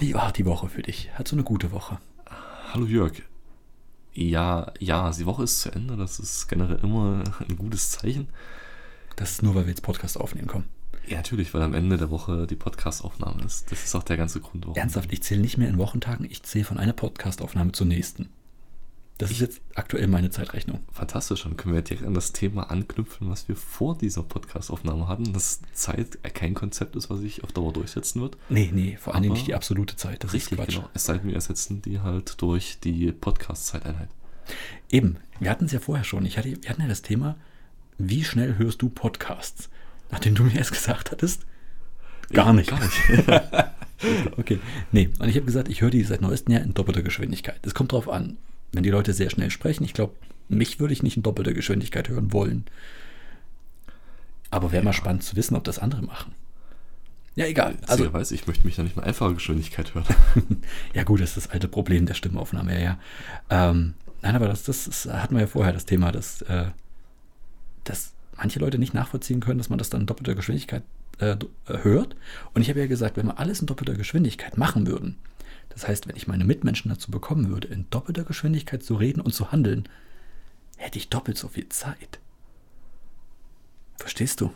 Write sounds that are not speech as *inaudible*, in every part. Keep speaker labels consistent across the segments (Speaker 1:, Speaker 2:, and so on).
Speaker 1: die Woche für dich? Hat so eine gute Woche?
Speaker 2: Hallo Jörg. Ja, ja, die Woche ist zu Ende. Das ist generell immer ein gutes Zeichen.
Speaker 1: Das ist nur, weil wir jetzt Podcast aufnehmen, komm.
Speaker 2: Ja, natürlich, weil am Ende der Woche die Podcastaufnahme ist. Das ist auch der ganze Grund, warum.
Speaker 1: Ernsthaft, ich zähle nicht mehr in Wochentagen, ich zähle von einer Podcastaufnahme zur nächsten. Das ist jetzt aktuell meine Zeitrechnung.
Speaker 2: Fantastisch, dann können wir direkt an das Thema anknüpfen, was wir vor dieser Podcastaufnahme hatten, dass Zeit kein Konzept ist, was sich auf Dauer durchsetzen wird.
Speaker 1: Nee, nee, vor allem
Speaker 2: Aber-
Speaker 1: nicht die absolute Zeit. Das
Speaker 2: Richtig,
Speaker 1: ist Quatsch.
Speaker 2: genau. Es sei denn, wir ersetzen die halt durch die Podcast-Zeiteinheit.
Speaker 1: Eben, wir hatten es ja vorher schon. Ich hatte, wir hatten ja das Thema, wie schnell hörst du Podcasts? Nachdem du mir erst gesagt hattest, gar nicht. *laughs*
Speaker 2: Gar nicht.
Speaker 1: Okay, nee. Und ich habe gesagt, ich höre die seit neuestem Jahr in doppelter Geschwindigkeit. Es kommt drauf an. Wenn die Leute sehr schnell sprechen, ich glaube, mich würde ich nicht in doppelter Geschwindigkeit hören wollen. Aber wäre mal spannend zu wissen, ob das andere machen. Ja, egal.
Speaker 2: Also,
Speaker 1: Also,
Speaker 2: ich weiß, ich möchte mich noch nicht mal einfache Geschwindigkeit hören.
Speaker 1: ja gut, das ist das alte Problem der Stimmaufnahme, ja, ja. Ähm, nein, aber das, das ist, hatten wir ja vorher das Thema, dass, äh, dass manche Leute nicht nachvollziehen können, dass man das dann in doppelter Geschwindigkeit äh, do- äh, hört. Und ich habe ja gesagt, wenn wir alles in doppelter Geschwindigkeit machen würden, das heißt, wenn ich meine Mitmenschen dazu bekommen würde, in doppelter Geschwindigkeit zu reden und zu handeln, hätte ich doppelt so viel Zeit. Verstehst du?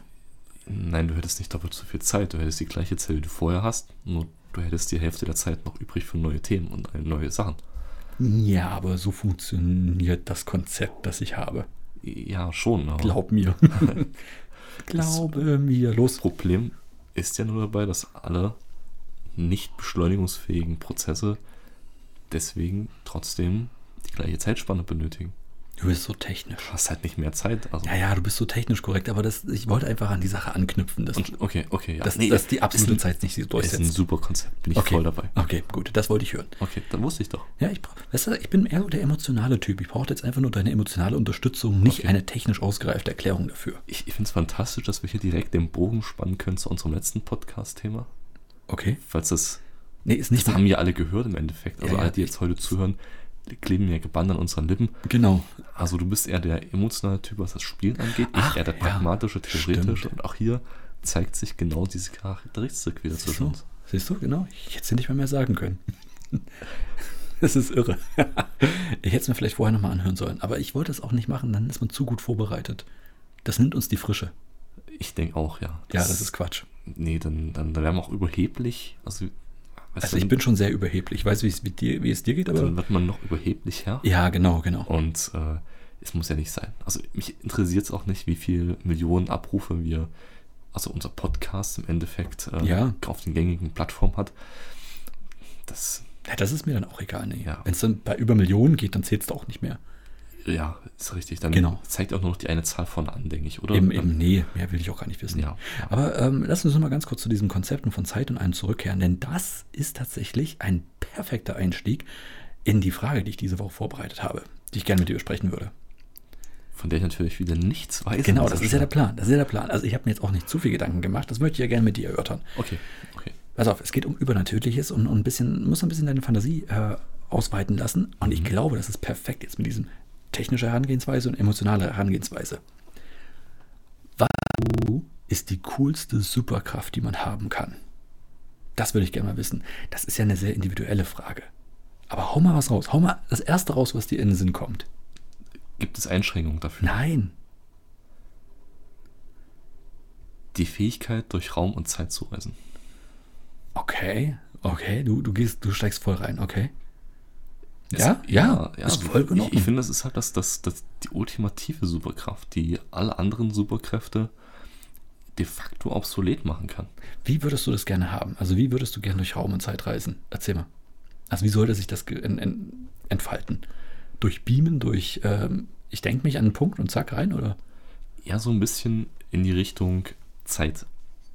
Speaker 2: Nein, du hättest nicht doppelt so viel Zeit. Du hättest die gleiche Zelle, die du vorher hast, nur du hättest die Hälfte der Zeit noch übrig für neue Themen und äh, neue Sachen.
Speaker 1: Ja, aber so funktioniert das Konzept, das ich habe.
Speaker 2: Ja, schon, aber
Speaker 1: Glaub
Speaker 2: *laughs*
Speaker 1: mir. Glaube mir.
Speaker 2: das
Speaker 1: Los.
Speaker 2: Problem ist ja nur dabei, dass alle nicht beschleunigungsfähigen Prozesse deswegen trotzdem die gleiche Zeitspanne benötigen.
Speaker 1: Du bist so technisch.
Speaker 2: Du hast halt nicht mehr Zeit. Also.
Speaker 1: Ja, ja, du bist so technisch korrekt, aber das, ich wollte einfach an die Sache anknüpfen, dass,
Speaker 2: Und, okay, okay, ja.
Speaker 1: dass,
Speaker 2: Nee,
Speaker 1: dass die absolute
Speaker 2: ist ein,
Speaker 1: Zeit nicht so
Speaker 2: ist ein
Speaker 1: durchsetzt.
Speaker 2: super Konzept, bin ich
Speaker 1: Okay.
Speaker 2: voll dabei.
Speaker 1: Okay, gut, das wollte ich hören.
Speaker 2: Okay, dann wusste ich doch.
Speaker 1: Ja, ich, bra- weißt du, ich bin eher so der emotionale Typ. Ich brauche jetzt einfach nur deine emotionale Unterstützung, nicht
Speaker 2: Okay.
Speaker 1: eine technisch ausgereifte Erklärung dafür.
Speaker 2: Ich, ich finde es fantastisch, dass wir hier direkt den Bogen spannen können zu unserem letzten Podcast-Thema.
Speaker 1: Okay?
Speaker 2: Falls das
Speaker 1: Nee, ist nicht
Speaker 2: Das haben ja alle gehört im Endeffekt.
Speaker 1: Ja,
Speaker 2: Also
Speaker 1: ja.
Speaker 2: alle, die jetzt heute zuhören, die kleben ja gebannt an unseren Lippen.
Speaker 1: Genau.
Speaker 2: Also du bist eher der emotionale Typ, was das Spielen angeht.
Speaker 1: Ach,
Speaker 2: ich eher der
Speaker 1: ja.
Speaker 2: pragmatische, theoretische.
Speaker 1: Stimmt.
Speaker 2: Und auch hier zeigt sich genau diese Charakteristik wieder
Speaker 1: Siehst
Speaker 2: zwischen
Speaker 1: du?
Speaker 2: uns.
Speaker 1: Siehst du, genau. Ich hätte es dir nicht mal mehr sagen können. *laughs* Das ist irre. *laughs* Ich hätte es mir vielleicht vorher nochmal anhören sollen. Aber ich wollte es auch nicht machen, dann ist man zu gut vorbereitet. Das nimmt uns die Frische.
Speaker 2: Ich denke auch, ja.
Speaker 1: Ja, das ist Quatsch.
Speaker 2: Nee, dann, dann, dann wären wir auch überheblich. Also, weißt
Speaker 1: Also
Speaker 2: du,
Speaker 1: ich bin schon sehr überheblich. Ich weiß, wie es, mit dir, wie es dir geht,
Speaker 2: dann
Speaker 1: aber...
Speaker 2: wird man noch überheblicher.
Speaker 1: Ja, genau, genau.
Speaker 2: Und äh, es muss ja nicht sein. Also mich interessiert es auch nicht, wie viel Millionen Abrufe wir, also unser Podcast im Endeffekt äh,
Speaker 1: Ja.
Speaker 2: auf den gängigen Plattformen hat. Das,
Speaker 1: Ja, das ist mir dann auch egal. Nee.
Speaker 2: Ja.
Speaker 1: Wenn es dann bei über Millionen geht, dann zählt es auch nicht mehr.
Speaker 2: ja, ist richtig. Dann
Speaker 1: Genau.
Speaker 2: zeigt auch nur noch die eine Zahl vorne an, denke ich, oder?
Speaker 1: Eben, eben, nee, mehr will ich auch gar nicht wissen.
Speaker 2: Ja.
Speaker 1: Aber ähm, lass uns noch mal ganz kurz zu diesen Konzepten von Zeit und einem zurückkehren, denn das ist tatsächlich ein perfekter Einstieg in die Frage, die ich diese Woche vorbereitet habe, die ich gerne mit dir besprechen würde.
Speaker 2: Von der ich natürlich wieder nichts weiß.
Speaker 1: Genau,
Speaker 2: Und
Speaker 1: das ist ja der Plan. Das ist ja der Plan. Also ich habe mir jetzt auch nicht zu viel Gedanken gemacht. Das möchte ich ja gerne mit dir erörtern.
Speaker 2: Okay, okay.
Speaker 1: Pass auf, es geht um Übernatürliches und um ein bisschen, muss ein bisschen deine Fantasie äh, ausweiten lassen. Und ich glaube, das ist perfekt jetzt mit diesem technischer Herangehensweise und emotionaler Herangehensweise. Was ist die coolste Superkraft, die man haben kann? Das würde ich gerne mal wissen. Das ist ja eine sehr individuelle Frage. Aber hau mal was raus. Hau mal das erste raus, was dir in den Sinn kommt.
Speaker 2: Gibt es Einschränkungen dafür?
Speaker 1: Nein.
Speaker 2: Die Fähigkeit, durch Raum und Zeit zu reisen.
Speaker 1: Okay. Okay. Du, du gehst, du steigst voll rein. Okay.
Speaker 2: Es-
Speaker 1: Ja? Ja. Ist voll
Speaker 2: ich,
Speaker 1: genommen.
Speaker 2: ich finde, das ist halt das, das, das, die ultimative Superkraft, die alle anderen Superkräfte de facto obsolet machen kann.
Speaker 1: Wie würdest du das gerne haben? Also wie würdest du gerne durch Raum und Zeit reisen? Erzähl mal. Also wie sollte sich das ge- en- en- entfalten? Durch Beamen, durch ähm, ich denke mich an einen Punkt und zack rein, oder?
Speaker 2: Ja, so ein bisschen in die Richtung Zeit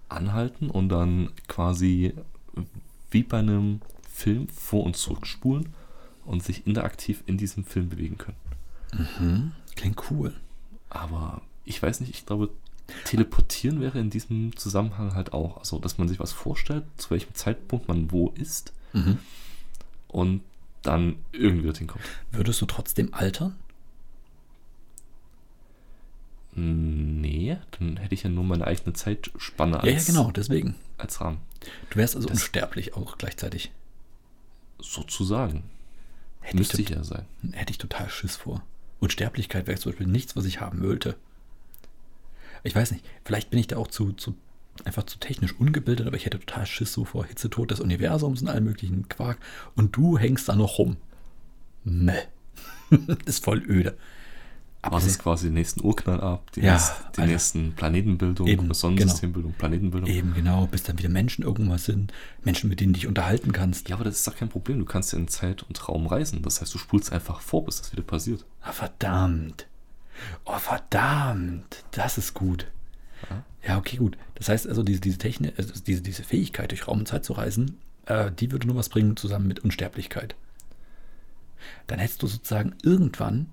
Speaker 2: anhalten und dann quasi wie bei einem Film vor und zurückspulen und sich interaktiv in diesem Film bewegen können.
Speaker 1: Klingt cool.
Speaker 2: Aber ich weiß nicht, ich glaube, teleportieren wäre in diesem Zusammenhang halt auch. Also, dass man sich was vorstellt, zu welchem Zeitpunkt man wo ist
Speaker 1: Mhm.
Speaker 2: und dann irgendwie dorthin kommt.
Speaker 1: Würdest du trotzdem altern?
Speaker 2: Nee, dann hätte ich ja nur meine eigene Zeitspanne
Speaker 1: Ja, ja, genau, deswegen.
Speaker 2: als Rahmen.
Speaker 1: Du wärst also
Speaker 2: Das-
Speaker 1: unsterblich auch gleichzeitig.
Speaker 2: Sozusagen.
Speaker 1: Hätte ich,
Speaker 2: Müsste ich
Speaker 1: tot-
Speaker 2: ja sein.
Speaker 1: hätte ich total Schiss vor. Und Sterblichkeit wäre zum Beispiel nichts, was ich haben wollte. Ich weiß nicht, vielleicht bin ich da auch zu, zu einfach zu technisch ungebildet, aber ich hätte total Schiss so vor Hitzetod des Universums und allem möglichen Quark. Und du hängst da noch rum. Meh. *laughs* ist voll öde.
Speaker 2: Was ist quasi den nächsten Urknall ab, die,
Speaker 1: Ja,
Speaker 2: nächsten, die
Speaker 1: Alter.
Speaker 2: nächsten Planetenbildung,
Speaker 1: Eben, genau.
Speaker 2: Sonnensystembildung, Planetenbildung.
Speaker 1: Eben genau, bis dann wieder Menschen irgendwas sind, Menschen, mit denen du dich unterhalten kannst.
Speaker 2: Ja, aber das ist doch kein Problem. Du kannst ja in Zeit und Raum reisen. Das heißt, du spulst einfach vor, bis das wieder passiert.
Speaker 1: Ah, verdammt. Oh, verdammt. Das ist gut. Ja, okay, gut. Das heißt also, diese, diese, Technik, also diese, diese Fähigkeit, durch Raum und Zeit zu reisen, äh, die würde nur was bringen zusammen mit Unsterblichkeit. Dann hättest du sozusagen irgendwann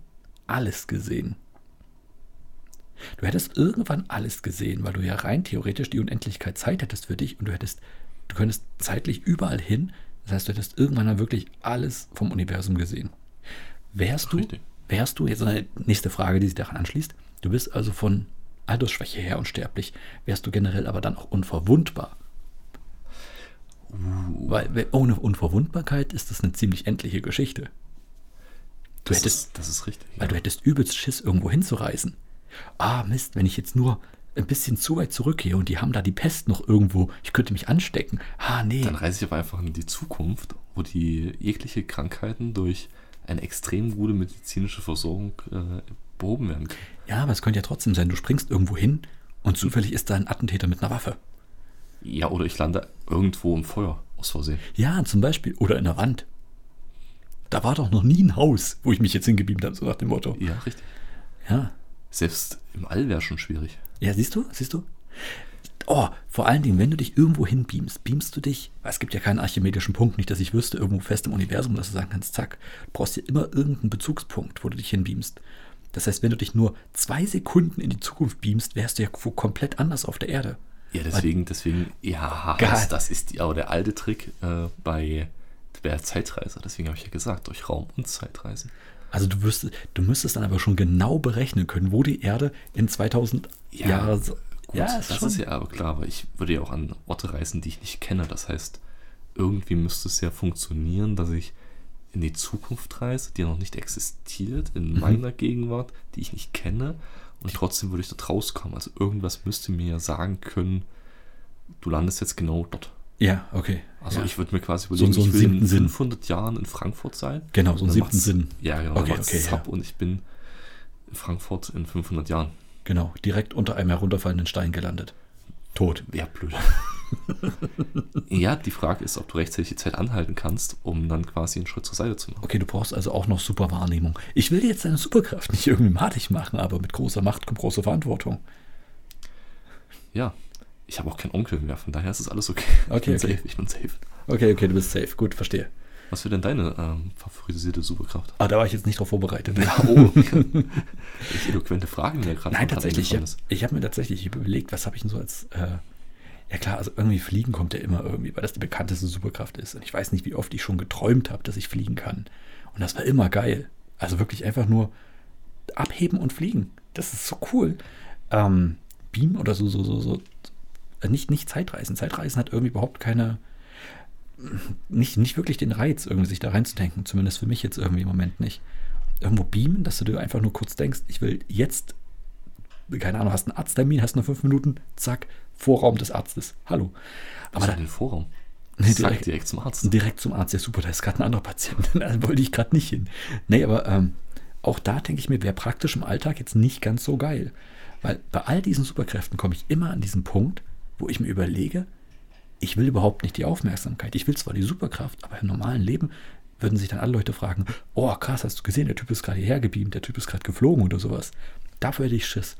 Speaker 1: alles gesehen. Du hättest irgendwann alles gesehen, weil du ja rein theoretisch die Unendlichkeit Zeit hättest für dich und du hättest, du könntest zeitlich überall hin. Das heißt, du hättest irgendwann dann wirklich alles vom Universum gesehen. Wärst du,
Speaker 2: Richtig.
Speaker 1: wärst du, jetzt eine nächste Frage, die sich daran anschließt, du bist also von Altersschwäche her unsterblich, wärst du generell aber dann auch unverwundbar. Weil weil ohne Unverwundbarkeit ist das eine ziemlich endliche Geschichte. Du
Speaker 2: Das,
Speaker 1: hättest,
Speaker 2: ist, das ist richtig.
Speaker 1: weil du hättest übelst Schiss, irgendwo hinzureisen. Ah, Mist, wenn ich jetzt nur ein bisschen zu weit zurückgehe und die haben da die Pest noch irgendwo, ich könnte mich anstecken. Ah, nee.
Speaker 2: Dann reise ich aber einfach in die Zukunft, wo die jegliche Krankheiten durch eine extrem gute medizinische Versorgung äh, behoben werden können.
Speaker 1: ja, aber es könnte ja trotzdem sein, du springst irgendwo hin und zufällig ist da ein Attentäter mit einer Waffe.
Speaker 2: Ja, oder ich lande irgendwo im Feuer aus Versehen.
Speaker 1: Ja, zum Beispiel. Oder in der Wand. Da war doch noch nie ein Haus, wo ich mich jetzt hingebeamt habe, so nach dem Motto.
Speaker 2: Ja, richtig.
Speaker 1: Ja.
Speaker 2: Selbst im All wäre schon schwierig.
Speaker 1: Ja, siehst du? Siehst du? Oh, vor allen Dingen, wenn du dich irgendwo hin beamst, beamst du dich, weil es gibt ja keinen archimedischen Punkt, nicht, dass ich wüsste, irgendwo fest im Universum, dass du sagen kannst, zack, du brauchst ja immer irgendeinen Bezugspunkt, wo du dich hinbeamst. Das heißt, wenn du dich nur zwei Sekunden in die Zukunft beamst, wärst du ja wo komplett anders auf der Erde.
Speaker 2: Ja, deswegen, deswegen, ja,
Speaker 1: Geil.
Speaker 2: das, das ist die, aber der alte Trick äh, bei der Zeitreise. Deswegen habe ich ja gesagt, durch Raum und Zeitreisen.
Speaker 1: Also du, wüsstest, du müsstest dann aber schon genau berechnen können, wo die Erde in 2000
Speaker 2: Ja,
Speaker 1: Jahren...
Speaker 2: Gut, das ist ja aber klar, aber ich würde ja auch an Orte reisen, die ich nicht kenne. Das heißt, irgendwie müsste es ja funktionieren, dass ich in die Zukunft reise, die noch nicht existiert, in
Speaker 1: Mhm.
Speaker 2: meiner Gegenwart, die ich nicht kenne, und trotzdem würde ich dort rauskommen. Also irgendwas müsste mir ja sagen können, du landest jetzt genau dort.
Speaker 1: Ja, okay.
Speaker 2: Also
Speaker 1: ja.
Speaker 2: ich würde mir quasi
Speaker 1: einen-
Speaker 2: überlegen,
Speaker 1: so einen
Speaker 2: ich will
Speaker 1: siebten
Speaker 2: in
Speaker 1: Sinn.
Speaker 2: 500 Jahren in Frankfurt sein.
Speaker 1: Genau, so einen
Speaker 2: Dann
Speaker 1: siebten
Speaker 2: macht's-
Speaker 1: Sinn.
Speaker 2: Ja, genau.
Speaker 1: Okay,
Speaker 2: Okay,
Speaker 1: okay,
Speaker 2: okay,
Speaker 1: ja.
Speaker 2: Und ich bin in Frankfurt in 500 Jahren.
Speaker 1: Genau, direkt unter einem herunterfallenden Stein gelandet. Tot.
Speaker 2: Ja, blöd. *laughs* ja, die Frage ist, ob du rechtzeitig die Zeit anhalten kannst, um dann quasi einen Schritt zur Seite zu machen.
Speaker 1: Okay, du brauchst also auch noch super Wahrnehmung. Ich will dir jetzt deine Superkraft nicht irgendwie madig machen, aber mit großer Macht kommt große Verantwortung.
Speaker 2: Ja, ich habe auch keinen Onkel mehr, von daher ist es alles okay.
Speaker 1: Okay,
Speaker 2: ich bin
Speaker 1: okay.
Speaker 2: safe, ich bin safe.
Speaker 1: Okay, okay, du bist safe. Gut, verstehe.
Speaker 2: Was wäre denn deine ähm, favorisierte Superkraft?
Speaker 1: Ah, da war ich jetzt nicht drauf *laughs* vorbereitet.
Speaker 2: *laughs* Oh, ich eloquente Fragen mir gerade
Speaker 1: Nein,
Speaker 2: spontan
Speaker 1: tatsächlich. Ich
Speaker 2: eingefallen
Speaker 1: habe
Speaker 2: ist.
Speaker 1: hab mir tatsächlich überlegt, was habe ich denn so als. Äh, ja, klar, also irgendwie fliegen kommt ja immer irgendwie, weil das die bekannteste Superkraft ist. Und ich weiß nicht, wie oft ich schon geträumt habe, dass ich fliegen kann. Und das war immer geil. Also wirklich einfach nur abheben und fliegen. Das ist so cool. Ähm, Beam oder so, so, so, so. Äh, Nicht, nicht Zeitreisen. Zeitreisen hat irgendwie überhaupt keine. Nicht, nicht wirklich den Reiz, irgendwie sich da reinzudenken. Zumindest für mich jetzt irgendwie im Moment nicht. Irgendwo beamen, dass du dir einfach nur kurz denkst, ich will jetzt keine Ahnung, hast einen Arzttermin, hast nur fünf Minuten, zack, Vorraum des Arztes. Hallo. Aber
Speaker 2: Was
Speaker 1: da,
Speaker 2: in den Vorraum?
Speaker 1: *laughs* Nee,
Speaker 2: Sag
Speaker 1: direkt-
Speaker 2: direkt zum Arzt.
Speaker 1: direkt zum Arzt, ja super, da ist gerade ein anderer Patient, *laughs* da wollte ich gerade nicht hin. Nee, aber ähm, auch da denke ich mir, wäre praktisch im Alltag jetzt nicht ganz so geil. Weil bei all diesen Superkräften komme ich immer an diesen Punkt, wo ich mir überlege, ich will überhaupt nicht die Aufmerksamkeit. Ich will zwar die Superkraft, aber im normalen Leben würden sich dann alle Leute fragen, oh krass, hast du gesehen, der Typ ist gerade hierher gebeamt, der Typ ist gerade geflogen oder sowas. Dafür hätte ich Schiss.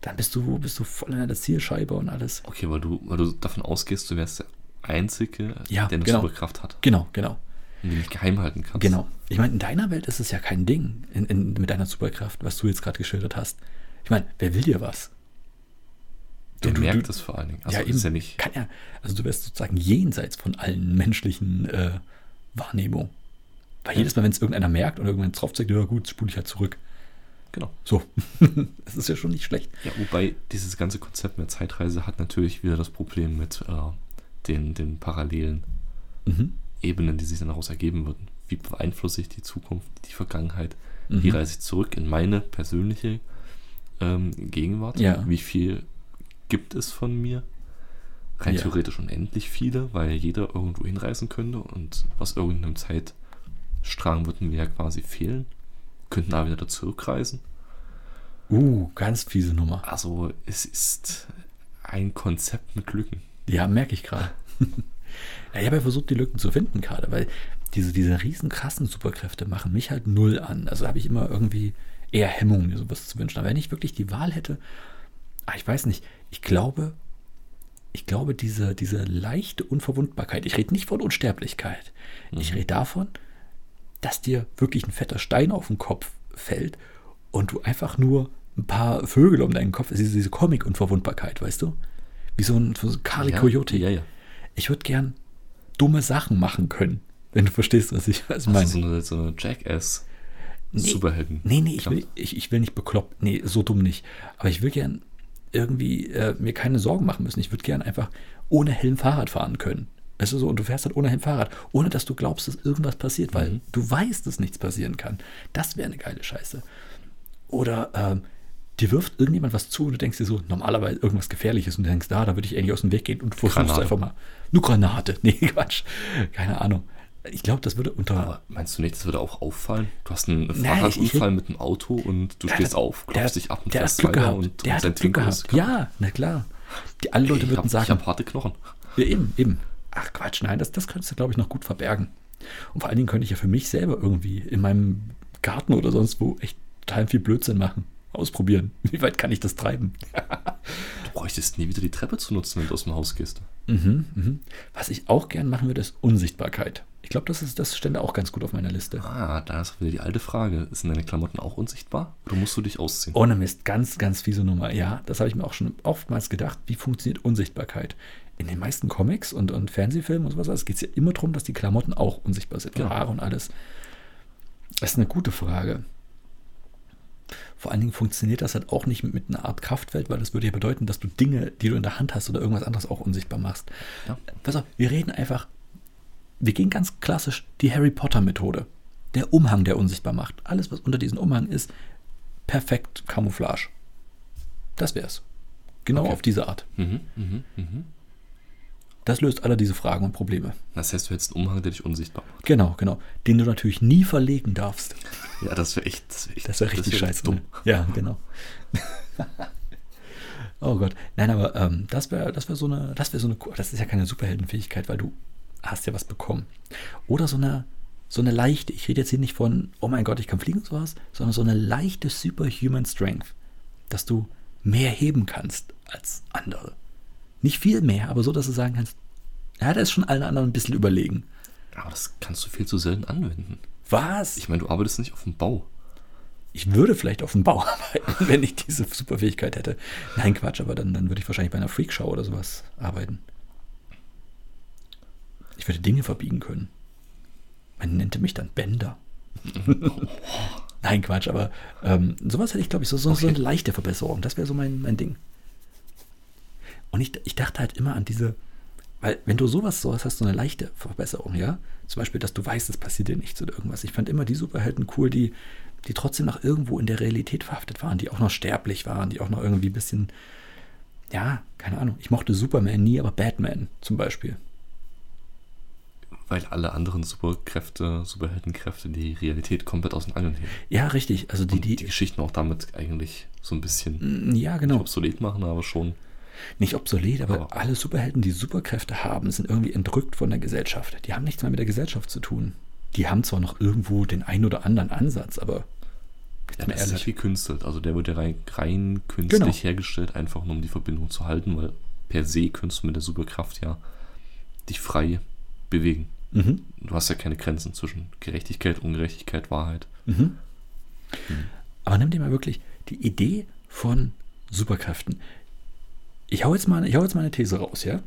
Speaker 1: Dann bist du, bist du voll an der Zielscheibe und alles.
Speaker 2: Okay, weil du, weil du davon ausgehst, du wärst der Einzige,
Speaker 1: Ja,
Speaker 2: der eine
Speaker 1: genau.
Speaker 2: Superkraft hat
Speaker 1: Genau, genau.
Speaker 2: und die nicht geheim halten kannst.
Speaker 1: Genau. Ich meine, in deiner Welt ist es ja kein Ding in, in, mit deiner Superkraft, was du jetzt gerade geschildert hast. Ich meine, wer will dir was?
Speaker 2: Du,
Speaker 1: Ja, du-
Speaker 2: merkst
Speaker 1: du-
Speaker 2: es vor allen Dingen. Also ist ja nicht.
Speaker 1: Kann ja. Also du wärst sozusagen jenseits von allen menschlichen äh, Wahrnehmungen. Weil jedes Mal, wenn es irgendeiner merkt und irgendwann drauf zeigt, ja gut, spule ich halt zurück.
Speaker 2: Genau.
Speaker 1: So. *laughs* das ist ja schon nicht schlecht.
Speaker 2: Ja, wobei dieses ganze Konzept mit Zeitreise hat natürlich wieder das Problem mit äh, den, den Parallelen.
Speaker 1: Mhm.
Speaker 2: Ebenen, die sich dann daraus ergeben würden. Wie beeinflusse ich die Zukunft, die Vergangenheit?
Speaker 1: Mhm.
Speaker 2: Wie reise ich zurück in meine persönliche ähm, Gegenwart?
Speaker 1: Ja.
Speaker 2: Wie viel gibt es von mir? Rein
Speaker 1: Ja.
Speaker 2: theoretisch unendlich viele, weil jeder irgendwo hinreisen könnte und aus irgendeinem Zeitstrang würden wir ja quasi fehlen. Könnten aber wieder zurückreisen.
Speaker 1: Uh, ganz fiese Nummer.
Speaker 2: Also es ist ein Konzept mit Lücken.
Speaker 1: Ja, merke ich gerade. ja, ich habe ja versucht, die Lücken zu finden gerade, weil diese, diese riesen krassen Superkräfte machen mich halt null an. Also habe ich immer irgendwie eher Hemmungen, mir sowas zu wünschen. Aber wenn ich wirklich die Wahl hätte, ah, ich weiß nicht, ich glaube, ich glaube, diese, diese leichte Unverwundbarkeit, ich rede nicht von Unsterblichkeit, ich
Speaker 2: Mhm.
Speaker 1: rede davon, dass dir wirklich ein fetter Stein auf den Kopf fällt und du einfach nur ein paar Vögel um deinen Kopf, also diese, diese Comic-Unverwundbarkeit, weißt du? Wie so ein, so ein Kali Coyote.
Speaker 2: Ja, ja.
Speaker 1: Ich würde gern dumme Sachen machen können, wenn du verstehst, was ich was ich meine.
Speaker 2: Also so eine, so eine Jackass-Superhelden.
Speaker 1: Nee, nee, ich
Speaker 2: Klappt.
Speaker 1: will, ich, ich will nicht bekloppt. Nee, so dumm nicht. Aber ich will gern irgendwie äh, mir keine Sorgen machen müssen. Ich würde gern einfach ohne Helm Fahrrad fahren können. Es ist so, und du fährst halt ohne Helm Fahrrad, ohne dass du glaubst, dass irgendwas passiert, weil
Speaker 2: Mhm.
Speaker 1: du weißt, dass nichts passieren kann. Das wäre eine geile Scheiße. Oder ähm, dir wirft irgendjemand was zu und du denkst dir so, normalerweise irgendwas Gefährliches und du denkst, da, da würde ich eigentlich aus dem Weg gehen und du versuchst
Speaker 2: Granate.
Speaker 1: einfach mal. Nur Granate. *laughs* Nee, Quatsch. Keine Ahnung. Ich glaube, das würde unter.
Speaker 2: Aber meinst du nicht, das würde auch auffallen? Du hast einen
Speaker 1: Nein, ich
Speaker 2: Fahrradunfall
Speaker 1: red-
Speaker 2: mit dem Auto und du
Speaker 1: Der
Speaker 2: stehst
Speaker 1: hat-
Speaker 2: auf, klopfst dich ab und
Speaker 1: der hat
Speaker 2: fährst
Speaker 1: Glück
Speaker 2: weiter
Speaker 1: gehabt.
Speaker 2: und,
Speaker 1: der
Speaker 2: und
Speaker 1: hat
Speaker 2: dein
Speaker 1: Glück
Speaker 2: Trinken
Speaker 1: gehabt.
Speaker 2: ist kaputt.
Speaker 1: Ja, na klar. Die, alle Leute
Speaker 2: ich
Speaker 1: würden
Speaker 2: hab, Ich
Speaker 1: sagen,
Speaker 2: habe harte Knochen.
Speaker 1: ja, eben, eben. Ach Quatsch, nein, das, das könntest du, glaube ich, noch gut verbergen. Und vor allen Dingen könnte ich ja für mich selber irgendwie in meinem Garten oder sonst wo echt total viel Blödsinn machen. Ausprobieren. *laughs* Wie weit kann ich das treiben?
Speaker 2: Du bräuchtest nie wieder die Treppe zu nutzen, wenn du aus dem Haus gehst.
Speaker 1: Mhm, mhm. Was ich auch gern machen würde, ist Unsichtbarkeit. Ich glaube, das, ist- das stände auch ganz gut auf meiner Liste.
Speaker 2: Ah, da ist wieder die alte Frage. Sind deine Klamotten auch unsichtbar? Oder musst du dich ausziehen?
Speaker 1: Ohne Oh, Mist, ganz, ganz fiese Nummer. Ja, das habe ich mir auch schon oftmals gedacht. Wie funktioniert Unsichtbarkeit? In den meisten Comics und, und Fernsehfilmen und sowas geht es ja immer darum, dass die Klamotten auch unsichtbar sind.
Speaker 2: Genau.
Speaker 1: Die Haare und alles. Das ist eine gute Frage. Vor allen Dingen funktioniert das halt auch nicht mit, mit einer Art Kraftfeld, weil das würde ja bedeuten, dass du Dinge, die du in der Hand hast oder irgendwas anderes auch unsichtbar machst.
Speaker 2: Ja.
Speaker 1: Pass auf, wir reden einfach, wir gehen ganz klassisch die Harry Potter Methode. Der Umhang, der unsichtbar macht. Alles, was unter diesem Umhang ist, perfekt Camouflage. Das wär's. Genau
Speaker 2: Okay.
Speaker 1: auf diese Art.
Speaker 2: Mhm, mhm, mhm.
Speaker 1: Das löst alle diese Fragen und Probleme.
Speaker 2: Das heißt, du hättest einen Umhang, der dich unsichtbar macht.
Speaker 1: Genau, genau. Den du natürlich nie verlegen darfst.
Speaker 2: Ja, das wäre echt, das wär echt
Speaker 1: Das wäre richtig
Speaker 2: wär
Speaker 1: scheiße. ne? Ja, genau. *laughs* oh Gott. Nein, aber ähm, das wäre das wär so eine, das wäre so eine, co- das ist ja keine Superheldenfähigkeit, weil du hast ja was bekommen. Oder so eine, so eine leichte, ich rede jetzt hier nicht von, oh mein Gott, ich kann fliegen und sowas, sondern so eine leichte Superhuman Strength, dass du mehr heben kannst als andere. Nicht viel mehr, aber so, dass du sagen kannst, ja, da ist schon allen anderen ein bisschen überlegen.
Speaker 2: Aber das kannst du viel zu selten anwenden.
Speaker 1: Was?
Speaker 2: Ich meine, du arbeitest nicht auf dem Bau.
Speaker 1: ich würde vielleicht auf dem Bau *laughs* arbeiten, wenn ich diese Superfähigkeit hätte. Nein, Quatsch, aber dann, dann würde ich wahrscheinlich bei einer Freakshow oder sowas arbeiten. Ich würde Dinge verbiegen können. Man nennte mich dann Bender. *laughs* Nein, Quatsch, aber ähm, sowas hätte ich, glaube ich, so, so, so eine
Speaker 2: Okay.
Speaker 1: leichte Verbesserung. Das wäre so mein, mein Ding. Und ich, ich dachte halt immer an diese, weil wenn du sowas sowas hast, so eine leichte Verbesserung, ja, zum Beispiel, dass du weißt, es passiert dir nichts oder irgendwas. Ich fand immer die Superhelden cool, die, die trotzdem noch irgendwo in der Realität verhaftet waren, die auch noch sterblich waren, die auch noch irgendwie ein bisschen, ja, keine Ahnung. Ich mochte Superman nie, aber Batman zum Beispiel.
Speaker 2: Weil alle anderen Superkräfte, Superheldenkräfte die Realität komplett aus den Angeln heben.
Speaker 1: Ja, richtig. Also die,
Speaker 2: Und die,
Speaker 1: die,
Speaker 2: Geschichten auch damit eigentlich so ein bisschen
Speaker 1: ja, genau.
Speaker 2: obsolet machen, aber schon.
Speaker 1: nicht obsolet, aber
Speaker 2: Aber-
Speaker 1: alle Superhelden, die Superkräfte haben, sind irgendwie entrückt von der Gesellschaft. Die haben nichts mehr mit der Gesellschaft zu tun. Die haben zwar noch irgendwo den einen oder anderen Ansatz, aber
Speaker 2: Ja,
Speaker 1: mal
Speaker 2: das ist ja
Speaker 1: ehrlich.
Speaker 2: gekünstelt. Also der wird ja rein, rein künstlich
Speaker 1: Genau.
Speaker 2: hergestellt, einfach nur um die Verbindung zu halten, weil per se könntest du mit der Superkraft ja dich frei bewegen.
Speaker 1: mhm.
Speaker 2: Du hast ja keine Grenzen zwischen Gerechtigkeit, Ungerechtigkeit, Wahrheit.
Speaker 1: Mhm. Aber nimm dir mal wirklich die Idee von Superkräften. Ich hau, jetzt mal, ich hau jetzt mal eine These raus, ja?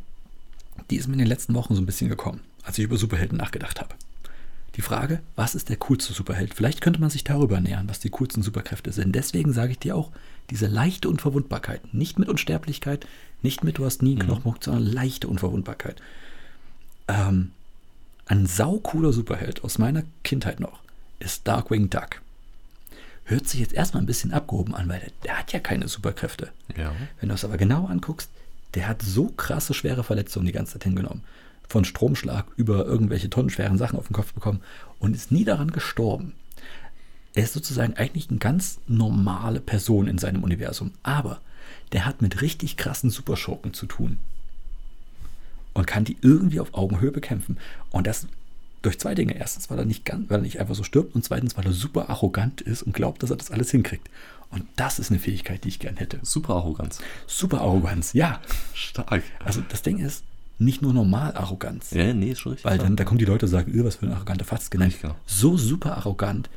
Speaker 1: Die ist mir in den letzten Wochen so ein bisschen gekommen, als ich über Superhelden nachgedacht habe. Die Frage, was ist der coolste Superheld? Vielleicht könnte man sich darüber nähern, was die coolsten Superkräfte sind. Deswegen sage ich dir auch, diese leichte Unverwundbarkeit. Nicht mit Unsterblichkeit, nicht mit du hast nie einen Knochenbruch, sondern leichte Unverwundbarkeit. Ähm, Ein saucooler Superheld aus meiner Kindheit noch ist Darkwing Duck. Hört sich jetzt erstmal ein bisschen abgehoben an, weil der, der hat ja keine Superkräfte.
Speaker 2: Ja.
Speaker 1: Wenn du es aber genau anguckst, der hat so krasse schwere Verletzungen die ganze Zeit hingenommen. Von Stromschlag über irgendwelche tonnenschweren Sachen auf den Kopf bekommen und ist nie daran gestorben. Er ist sozusagen eigentlich eine ganz normale Person in seinem Universum, aber der hat mit richtig krassen Superschurken zu tun und kann die irgendwie auf Augenhöhe bekämpfen. Und das durch zwei Dinge. Erstens, weil er nicht ganz, weil er nicht einfach so stirbt und zweitens, weil er super arrogant ist und glaubt, dass er das alles hinkriegt. Und das ist eine Fähigkeit, die ich gern hätte.
Speaker 2: Super Arroganz.
Speaker 1: Super Arroganz, ja.
Speaker 2: Stark.
Speaker 1: Also das Ding ist, nicht nur normal Arroganz.
Speaker 2: Ja, nee, ist schon richtig.
Speaker 1: Weil
Speaker 2: klar.
Speaker 1: dann da kommen die Leute und sagen, "Ih, was für ein arroganter Fatzke. Nein,
Speaker 2: Richtig, genau. ja.
Speaker 1: Genau. so super arrogant,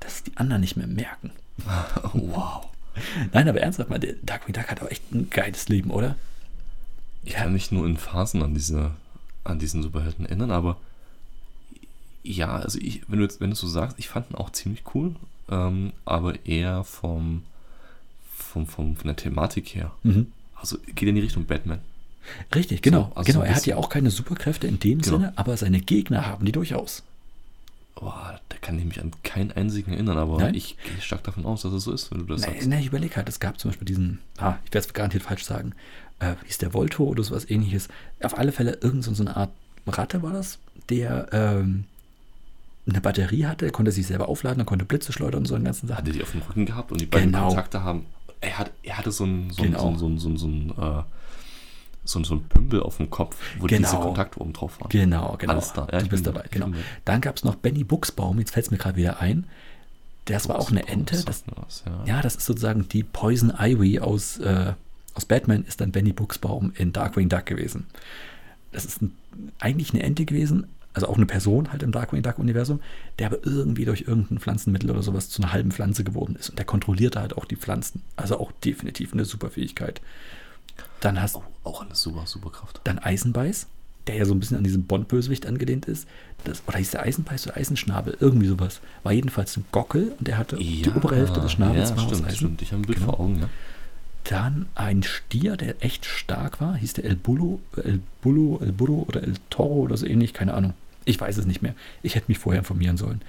Speaker 1: dass es die anderen nicht mehr merken.
Speaker 2: *laughs* wow.
Speaker 1: Nein, aber ernsthaft mal, der Darkwing Duck hat auch echt ein geiles Leben, oder?
Speaker 2: Ich kann mich nur in Phasen an diese, an diesen Superhelden erinnern, aber ja, also ich, wenn du jetzt, wenn du so sagst, ich fand ihn auch ziemlich cool, ähm, aber eher vom, vom, vom, von der Thematik her.
Speaker 1: Mhm.
Speaker 2: Also geht in die Richtung Batman.
Speaker 1: Richtig, genau.
Speaker 2: also
Speaker 1: genau,
Speaker 2: ein
Speaker 1: er hat ja
Speaker 2: bisschen-
Speaker 1: auch keine Superkräfte in dem
Speaker 2: Genau.
Speaker 1: Sinne, aber seine Gegner haben die durchaus.
Speaker 2: Boah, da kann ich mich an keinen einzigen erinnern, aber
Speaker 1: Nein?
Speaker 2: ich gehe stark davon aus, dass es so ist, wenn du das
Speaker 1: Na,
Speaker 2: sagst.
Speaker 1: na, ich überlege halt, es gab zum Beispiel diesen, ah, ich werde es garantiert falsch sagen, äh, wie hieß der Volto oder sowas ähnliches. Auf alle Fälle irgend so so eine Art Ratte war das, der ähm, eine Batterie hatte, der konnte sich selber aufladen, er konnte Blitze schleudern und so einen ganzen
Speaker 2: Hat
Speaker 1: Sachen.
Speaker 2: er die auf dem Rücken gehabt und die beiden
Speaker 1: Genau.
Speaker 2: Kontakte haben. Er, hat, er hatte so ein, so ein,
Speaker 1: Genau.
Speaker 2: so ein, so ein, so ein, so ein, äh, so ein, so ein Pümpel auf dem Kopf, wo diese
Speaker 1: Genau.
Speaker 2: Kontakte oben drauf waren.
Speaker 1: Genau, genau.
Speaker 2: Alles da. Ja,
Speaker 1: du
Speaker 2: ich
Speaker 1: bist
Speaker 2: bin-
Speaker 1: dabei,
Speaker 2: ich
Speaker 1: genau.
Speaker 2: bin mit.
Speaker 1: Dann gab es noch Benny Buchsbaum, jetzt fällt es mir gerade wieder ein. Das war auch eine Ente. Das,
Speaker 2: Sagt mir was, ja.
Speaker 1: ja, das ist sozusagen die Poison Ivy aus, äh, aus Batman, ist dann Benny Buchsbaum in Darkwing Duck gewesen. Das ist ein, eigentlich eine Ente gewesen, also auch eine Person halt im Darkwing Duck-Universum, der aber irgendwie durch irgendein Pflanzenmittel oder sowas zu einer halben Pflanze geworden ist. Und der kontrollierte halt auch die Pflanzen. Also auch definitiv eine Superfähigkeit. Dann hast
Speaker 2: Oh, auch eine super, super Kraft.
Speaker 1: dann Eisenbeiß, der ja so ein bisschen an diesen Bond-Bösewicht angelehnt ist. Das, oder hieß der Eisenbeiß oder Eisenschnabel? Irgendwie sowas. War jedenfalls ein Gockel und der hatte die obere Hälfte des Schnabels
Speaker 2: ja,
Speaker 1: war
Speaker 2: stimmt,
Speaker 1: aus Eisen.
Speaker 2: stimmt. Ich habe ein Bild
Speaker 1: Genau.
Speaker 2: vor Augen, ja.
Speaker 1: Dann ein Stier, der echt stark war. Hieß der El Bullo, El Bullo, El Burro oder El Toro oder so ähnlich. Keine Ahnung. Ich weiß es nicht mehr. Ich hätte mich vorher informieren sollen.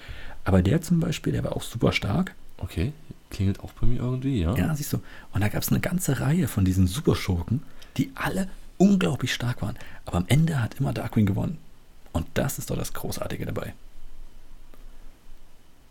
Speaker 1: Aber der zum Beispiel, der war auch super stark.
Speaker 2: Okay, klingelt auch bei mir irgendwie, ja.
Speaker 1: Ja, siehst du. Und da gab es eine ganze Reihe von diesen Superschurken, die alle unglaublich stark waren. Aber am Ende hat immer Darkwing gewonnen. Und das ist doch das Großartige dabei.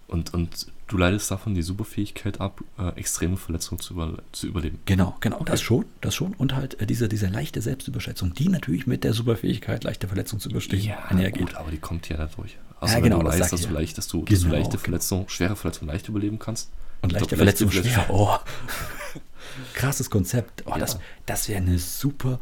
Speaker 2: Und, und du leitest davon die Superfähigkeit ab, äh, extreme Verletzungen zu, überle zu überleben.
Speaker 1: Genau, genau. Das schon, das schon. Und halt äh, diese, diese leichte Selbstüberschätzung, die natürlich mit der Superfähigkeit, leichte Verletzung zu überstehen, einhergeht.
Speaker 2: gut, aber die kommt ja dadurch. Also
Speaker 1: Ja,
Speaker 2: wenn
Speaker 1: genau,
Speaker 2: du
Speaker 1: das
Speaker 2: weißt,
Speaker 1: sag ich
Speaker 2: dass du,
Speaker 1: ja.
Speaker 2: leicht, dass du, dass du
Speaker 1: Genau,
Speaker 2: leichte
Speaker 1: genau.
Speaker 2: Verletzungen, schwere Verletzungen leicht überleben kannst.
Speaker 1: Und leichte
Speaker 2: Doch,
Speaker 1: Verletzung schwer.
Speaker 2: Verletzungen-
Speaker 1: Oh. *laughs* Krasses Konzept. Oh,
Speaker 2: Ja.
Speaker 1: Das, das wäre eine super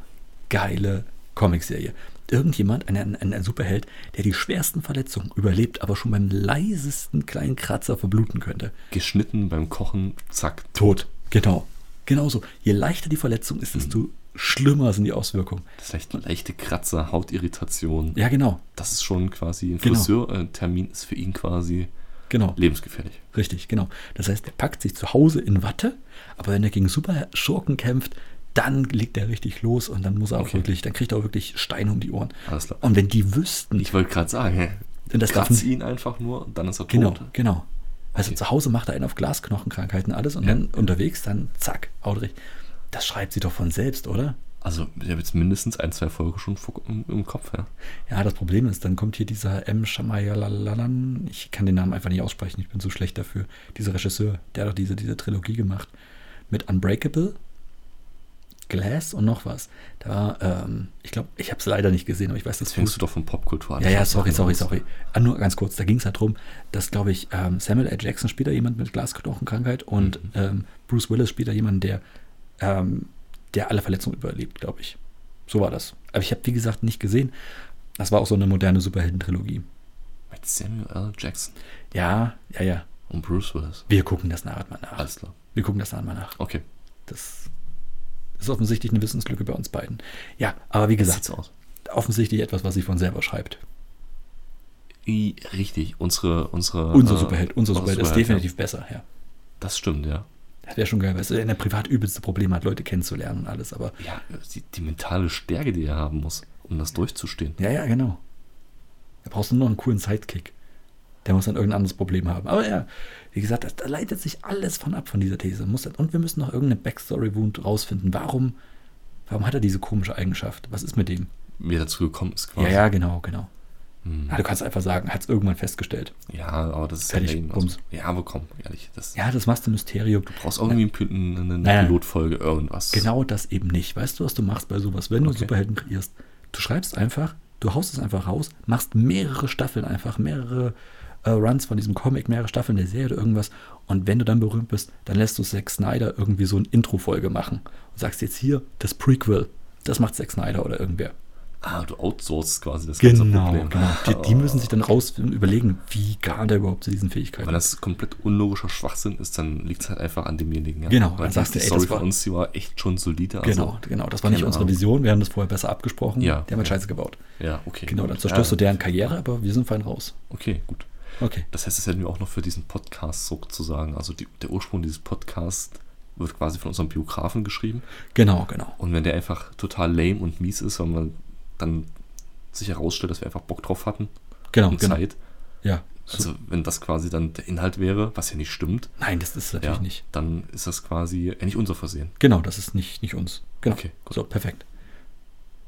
Speaker 1: geile Comicserie. Irgendjemand, ein, ein, ein Superheld, der die schwersten Verletzungen überlebt, aber schon beim leisesten kleinen Kratzer verbluten könnte.
Speaker 2: Geschnitten beim Kochen, zack.
Speaker 1: Tot. Genau. Genauso. Je leichter die Verletzung ist, desto schlimmer sind die Auswirkungen.
Speaker 2: Das leicht, leichte Kratzer, Hautirritation.
Speaker 1: Ja, genau.
Speaker 2: Das ist schon quasi ein
Speaker 1: Genau.
Speaker 2: Friseurtermin ist für ihn quasi
Speaker 1: Genau.
Speaker 2: lebensgefährlich.
Speaker 1: Richtig, genau. Das heißt, er packt sich zu Hause in Watte, aber wenn er gegen Superschurken kämpft, dann legt er richtig los und dann muss er auch
Speaker 2: Okay.
Speaker 1: wirklich, dann kriegt er auch wirklich Steine um die Ohren.
Speaker 2: Alles klar.
Speaker 1: Und wenn die wüssten,
Speaker 2: Ich wollte gerade sagen,
Speaker 1: Denn das darf
Speaker 2: kratz
Speaker 1: nicht-
Speaker 2: ihn einfach nur, dann ist er
Speaker 1: genau,
Speaker 2: tot.
Speaker 1: genau. Also
Speaker 2: Okay.
Speaker 1: zu Hause macht er einen auf Glasknochenkrankheiten alles und
Speaker 2: Ja.
Speaker 1: dann unterwegs, dann zack, haut richtig. Das schreibt sie doch von selbst, oder?
Speaker 2: Also, ich habe jetzt mindestens ein, zwei Folgen schon vor- im, im Kopf. Ja.
Speaker 1: Ja, das Problem ist, dann kommt hier dieser M. Shamayalalan, ich kann den Namen einfach nicht aussprechen, ich bin so schlecht dafür. Dieser Regisseur, der hat doch diese, diese Trilogie gemacht. Mit Unbreakable, Glass und noch was. Da war, ähm, ich glaube, ich habe es leider nicht gesehen, aber ich weiß, dass
Speaker 2: Jetzt fängst du doch von Popkultur an.
Speaker 1: Ja,
Speaker 2: Ich
Speaker 1: ja,
Speaker 2: weiß
Speaker 1: sorry,
Speaker 2: nicht,
Speaker 1: sorry,
Speaker 2: was-
Speaker 1: sorry. Ah, nur ganz kurz, da ging es halt drum, dass, glaube ich, ähm, Samuel L. Jackson spielt da jemand mit Glasknochenkrankheit und ähm, Bruce Willis spielt da jemanden, der, ähm, der alle Verletzungen überlebt, glaube ich. So war das. Aber ich habe, wie gesagt, nicht gesehen. Das war auch so eine moderne Superhelden-Trilogie.
Speaker 2: Mit Samuel L. Jackson
Speaker 1: Ja, ja, ja.
Speaker 2: und Bruce Willis.
Speaker 1: Wir gucken das nachher mal nach.
Speaker 2: Alles klar.
Speaker 1: Wir gucken das nachher mal nach.
Speaker 2: Okay,
Speaker 1: Das ist offensichtlich eine Wissenslücke bei uns beiden. Ja, aber wie
Speaker 2: das
Speaker 1: gesagt,
Speaker 2: sieht so aus.
Speaker 1: offensichtlich etwas, was sie von selber schreibt.
Speaker 2: I, richtig, unsere. unsere
Speaker 1: Unser
Speaker 2: äh,
Speaker 1: Superheld, unser Superheld ist definitiv besser, ja.
Speaker 2: Ja. Das stimmt, ja.
Speaker 1: Das wäre schon geil, weil er in der privat übelste Probleme hat, Leute kennenzulernen und alles, aber.
Speaker 2: Ja, die, die mentale Stärke, die er haben muss, um das durchzustehen.
Speaker 1: Ja, ja, genau. Da brauchst du nur noch einen coolen Sidekick. Der muss dann irgendein anderes Problem haben. Aber ja, wie gesagt, das- da leitet sich alles von ab von dieser These. Muss dann, und wir müssen noch irgendeine Backstory-Wound rausfinden. Warum, warum hat er diese komische Eigenschaft? Was ist mit dem?
Speaker 2: Wie er dazu gekommen ist
Speaker 1: Ja,
Speaker 2: quasi.
Speaker 1: ja, genau, genau.
Speaker 2: Hm.
Speaker 1: Ja, du kannst einfach sagen, hat es irgendwann festgestellt.
Speaker 2: ja aber das ist ja
Speaker 1: Fertig,
Speaker 2: lame.
Speaker 1: Bums.
Speaker 2: Also, ja, aber komm, ehrlich. Das
Speaker 1: Ja, das machst du ein Mysterium.
Speaker 2: Du brauchst auch irgendwie einen Pil- eine, eine
Speaker 1: Naja.
Speaker 2: Pilotfolge, irgendwas.
Speaker 1: Genau das eben nicht. Weißt du, was du machst bei sowas, wenn du
Speaker 2: Okay.
Speaker 1: Superhelden kreierst? Du schreibst einfach, du haust es einfach raus, machst mehrere Staffeln einfach, mehrere äh, Runs von diesem Comic, mehrere Staffeln der Serie oder irgendwas. Und wenn du dann berühmt bist, dann lässt du Zack Snyder irgendwie so eine Intro-Folge machen und sagst jetzt hier das Prequel. Das macht Zack Snyder oder irgendwer.
Speaker 2: Ah, du outsourcest quasi das Oh.
Speaker 1: genau. Die, die müssen sich dann raus überlegen, wie kam der überhaupt zu diesen Fähigkeiten.
Speaker 2: Wenn das komplett unlogischer Schwachsinn ist, dann liegt es halt einfach an demjenigen. Ja.
Speaker 1: Genau, dann
Speaker 2: Weil die,
Speaker 1: sagst du,
Speaker 2: die
Speaker 1: ey,
Speaker 2: Story
Speaker 1: das war-
Speaker 2: von uns, die war echt schon solide. Also,
Speaker 1: Genau, genau. Das war nicht
Speaker 2: keine
Speaker 1: unsere
Speaker 2: Ahnung.
Speaker 1: Vision. Wir haben das vorher besser abgesprochen.
Speaker 2: Ja.
Speaker 1: Der hat Scheiße gebaut.
Speaker 2: Ja, okay.
Speaker 1: Genau,
Speaker 2: gut.
Speaker 1: dann zerstörst
Speaker 2: ja,
Speaker 1: du deren Karriere, aber wir sind fein raus.
Speaker 2: Okay, gut.
Speaker 1: Okay.
Speaker 2: Das heißt, das hätten wir auch noch für diesen Podcast sozusagen. Also die, der Ursprung dieses Podcasts wird quasi von unserem Biografen geschrieben.
Speaker 1: Genau, genau.
Speaker 2: Und wenn der einfach total lame und mies ist, wenn man dann sich herausstellt, dass wir einfach Bock drauf hatten
Speaker 1: Genau,
Speaker 2: und
Speaker 1: genau.
Speaker 2: Zeit.
Speaker 1: Ja.
Speaker 2: Also wenn das quasi dann der Inhalt wäre, was ja nicht stimmt,
Speaker 1: Nein, das ist natürlich
Speaker 2: ja,
Speaker 1: nicht.
Speaker 2: Dann ist das quasi äh, nicht unser Versehen.
Speaker 1: Genau, das ist nicht, nicht uns. Genau.
Speaker 2: Okay, gut.
Speaker 1: So, perfekt.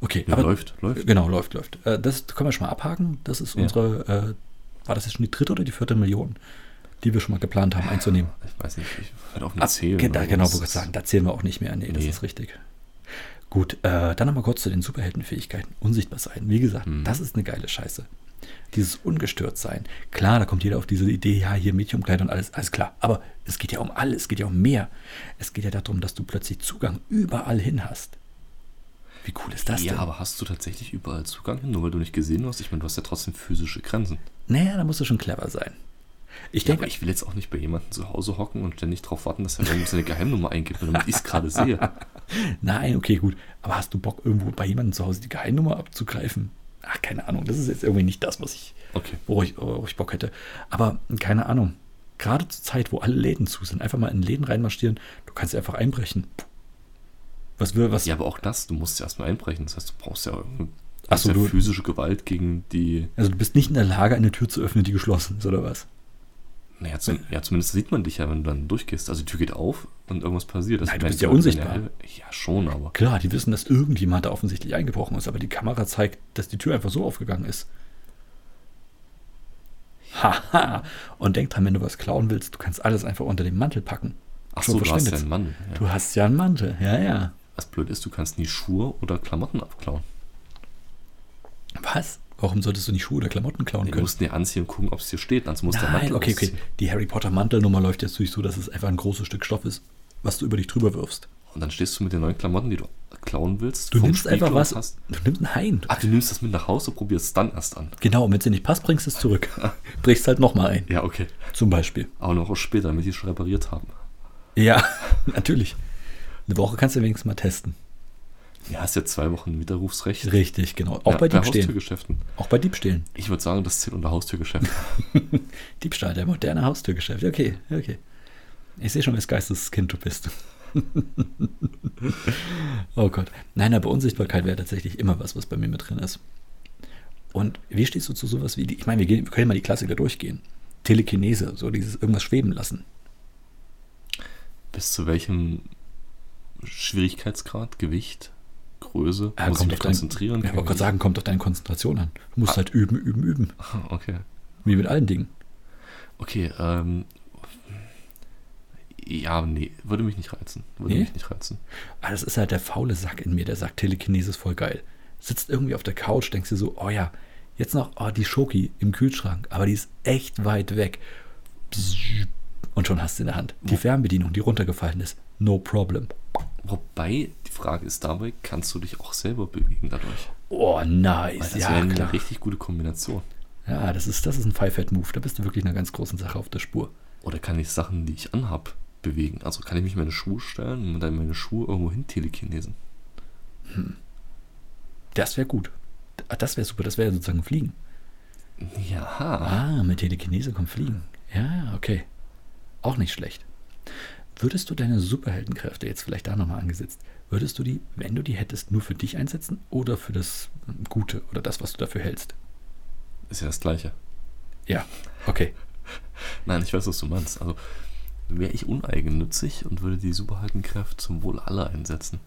Speaker 1: Okay,
Speaker 2: Ja,
Speaker 1: aber
Speaker 2: läuft, läuft.
Speaker 1: genau, läuft, läuft. Äh, das können wir schon mal abhaken. Das ist
Speaker 2: Ja.
Speaker 1: unsere, äh, war das jetzt schon die dritte oder die vierte Million, die wir schon mal geplant haben äh, einzunehmen?
Speaker 2: Ich weiß nicht, ich werde auf
Speaker 1: Ah,
Speaker 2: eine Zählen.
Speaker 1: ge- da,
Speaker 2: oder
Speaker 1: genau,
Speaker 2: was.
Speaker 1: wollte ich sagen, da zählen wir auch nicht mehr. Nee, das
Speaker 2: Nee.
Speaker 1: ist richtig. Gut, äh, dann nochmal kurz zu den Superheldenfähigkeiten. Unsichtbar sein. Wie gesagt,
Speaker 2: Hm.
Speaker 1: das ist eine geile Scheiße. Dieses ungestört sein. Klar, da kommt jeder auf diese Idee, ja, hier Mädchenkleid und alles, alles klar. Aber es geht ja um alles, es geht ja um mehr. Es geht ja darum, dass du plötzlich Zugang überall hin hast. Wie cool ist das
Speaker 2: Ja,
Speaker 1: denn?
Speaker 2: aber hast du tatsächlich überall Zugang hin, nur weil du nicht gesehen hast? Ich meine, du hast ja trotzdem physische Grenzen.
Speaker 1: Naja, da musst du schon clever sein. Ich
Speaker 2: Ja,
Speaker 1: denke,
Speaker 2: aber ich will jetzt auch nicht bei jemandem zu Hause hocken und ständig darauf warten, dass er irgendwo seine Geheimnummer eingibt, nur damit ich es
Speaker 1: *laughs*
Speaker 2: gerade sehe.
Speaker 1: Nein, okay, gut. Aber hast du Bock, irgendwo bei jemandem zu Hause die Geheimnummer abzugreifen? Ach, keine Ahnung. Das ist jetzt irgendwie nicht das, was ich,
Speaker 2: Okay.
Speaker 1: worauf ich, worauf ich Bock hätte. Aber keine Ahnung. Gerade zur Zeit, wo alle Läden zu sind, einfach mal in Läden reinmarschieren. Du kannst einfach einbrechen. Was will, was?
Speaker 2: Ja, aber auch das, du musst ja erstmal einbrechen. Das heißt, du brauchst ja, irgendeine- du
Speaker 1: Ach so,
Speaker 2: hast ja
Speaker 1: du-
Speaker 2: physische Gewalt gegen die.
Speaker 1: Also du bist nicht in der Lage, eine Tür zu öffnen, die geschlossen ist, oder was?
Speaker 2: Naja, zum, ja, zumindest sieht man dich ja, wenn du dann durchgehst. Also die Tür geht auf und irgendwas passiert. Das
Speaker 1: Nein, du
Speaker 2: meine,
Speaker 1: bist ja
Speaker 2: wenn
Speaker 1: unsichtbar.
Speaker 2: eine- Ja, schon, aber.
Speaker 1: Klar, die wissen, dass irgendjemand da offensichtlich eingebrochen ist, aber die Kamera zeigt, dass die Tür einfach so aufgegangen ist. Haha. Und denk dran, wenn du was klauen willst, du kannst alles einfach unter den Mantel packen.
Speaker 2: Ach
Speaker 1: Schon
Speaker 2: so, du hast ja
Speaker 1: verschwindet's.
Speaker 2: einen Mann. Ja.
Speaker 1: Du hast ja einen Mantel, ja, ja.
Speaker 2: Was blöd ist, du kannst nie Schuhe oder Klamotten abklauen.
Speaker 1: Was? Warum solltest du nicht Schuhe oder Klamotten klauen
Speaker 2: Nee, du
Speaker 1: können?
Speaker 2: musst ihn dir anziehen und gucken, ob es dir steht. Sonst muss der
Speaker 1: Nein,
Speaker 2: Mantel
Speaker 1: okay, okay.
Speaker 2: ausziehen.
Speaker 1: Die Harry Potter Mantelnummer läuft jetzt durch so, dass es einfach ein großes Stück Stoff ist, was du über dich drüber wirfst.
Speaker 2: Und dann stehst du mit den neuen Klamotten, die du klauen willst.
Speaker 1: Du
Speaker 2: vorm
Speaker 1: nimmst einfach
Speaker 2: Spiegel und
Speaker 1: was.
Speaker 2: Hast,
Speaker 1: Du nimmst nein.
Speaker 2: ach, du nimmst das mit nach Hause und probierst es dann erst an.
Speaker 1: Genau, und wenn es dir nicht passt, bringst du es zurück.
Speaker 2: Ah.
Speaker 1: Brichst halt nochmal ein,
Speaker 2: Ja, okay.
Speaker 1: zum Beispiel.
Speaker 2: Aber noch auch später, damit die es schon repariert haben.
Speaker 1: Ja, *laughs* natürlich. Eine Woche kannst du wenigstens mal testen.
Speaker 2: Ja, hast ja zwei Wochen Widerrufsrecht.
Speaker 1: Richtig, genau. Auch
Speaker 2: ja,
Speaker 1: bei Diebstählen.
Speaker 2: Haustürgeschäften.
Speaker 1: Auch bei Diebstählen.
Speaker 2: Ich würde sagen, das zählt
Speaker 1: *laughs*
Speaker 2: unter Haustürgeschäft.
Speaker 1: Diebstahl, der moderne Haustürgeschäft. Okay, okay. Ich sehe schon, wes Geisteskind du bist. *laughs* oh Gott. Nein, aber Unsichtbarkeit wäre tatsächlich immer was, was bei mir mit drin ist. Und wie stehst du zu sowas wie, die, ich meine, wir, gehen, wir können mal die Klassiker durchgehen. Telekinese, so dieses irgendwas schweben lassen.
Speaker 2: Bis zu welchem Schwierigkeitsgrad, Gewicht, Größe,
Speaker 1: Ja,
Speaker 2: muss ich
Speaker 1: kommt
Speaker 2: mich
Speaker 1: auf dein-
Speaker 2: konzentrieren?
Speaker 1: Ja, ich wollte gerade sagen, kommt auf deine Konzentration an. Du musst
Speaker 2: Ah.
Speaker 1: halt üben, üben, üben.
Speaker 2: sagen. Okay.
Speaker 1: Wie mit allen Dingen.
Speaker 2: Okay, ähm. Ja, nee, würde mich nicht reizen. Würde
Speaker 1: Nee?
Speaker 2: mich nicht reizen.
Speaker 1: Aber das ist halt der faule Sack in mir, der sagt, Telekinese ist voll geil. Sitzt irgendwie auf der Couch, denkst dir so, oh ja, jetzt noch oh, die Schoki im Kühlschrank, aber die ist echt weit weg. Und schon hast du in der Hand. Die Fernbedienung, die runtergefallen ist, no problem.
Speaker 2: Wobei, die Frage ist dabei, kannst du dich auch selber bewegen dadurch?
Speaker 1: Oh,
Speaker 2: Weil das
Speaker 1: nice.
Speaker 2: wäre
Speaker 1: Ja,
Speaker 2: eine
Speaker 1: klar.
Speaker 2: richtig gute Kombination.
Speaker 1: Ja, das ist, das ist ein Five-Head-Move. Da bist du wirklich einer ganz großen Sache auf der Spur.
Speaker 2: Oder kann ich Sachen, die ich anhab, bewegen? Also kann ich mich in meine Schuhe stellen und dann meine Schuhe irgendwo hin telekinesen?
Speaker 1: Das wäre gut. Ah, Das wäre super. Das wäre sozusagen Fliegen.
Speaker 2: Ja.
Speaker 1: Ah, mit Telekinese kommt Fliegen. Ja, okay. Auch nicht schlecht. Würdest du deine Superheldenkräfte jetzt vielleicht da nochmal angesetzt, würdest du die, wenn du die hättest, nur für dich einsetzen oder für das Gute oder das, was du dafür hältst?
Speaker 2: Ist ja das Gleiche.
Speaker 1: Ja, okay.
Speaker 2: Nein, ich weiß, was du meinst. Also wäre ich uneigennützig und würde die Superheldenkräfte zum Wohl aller einsetzen.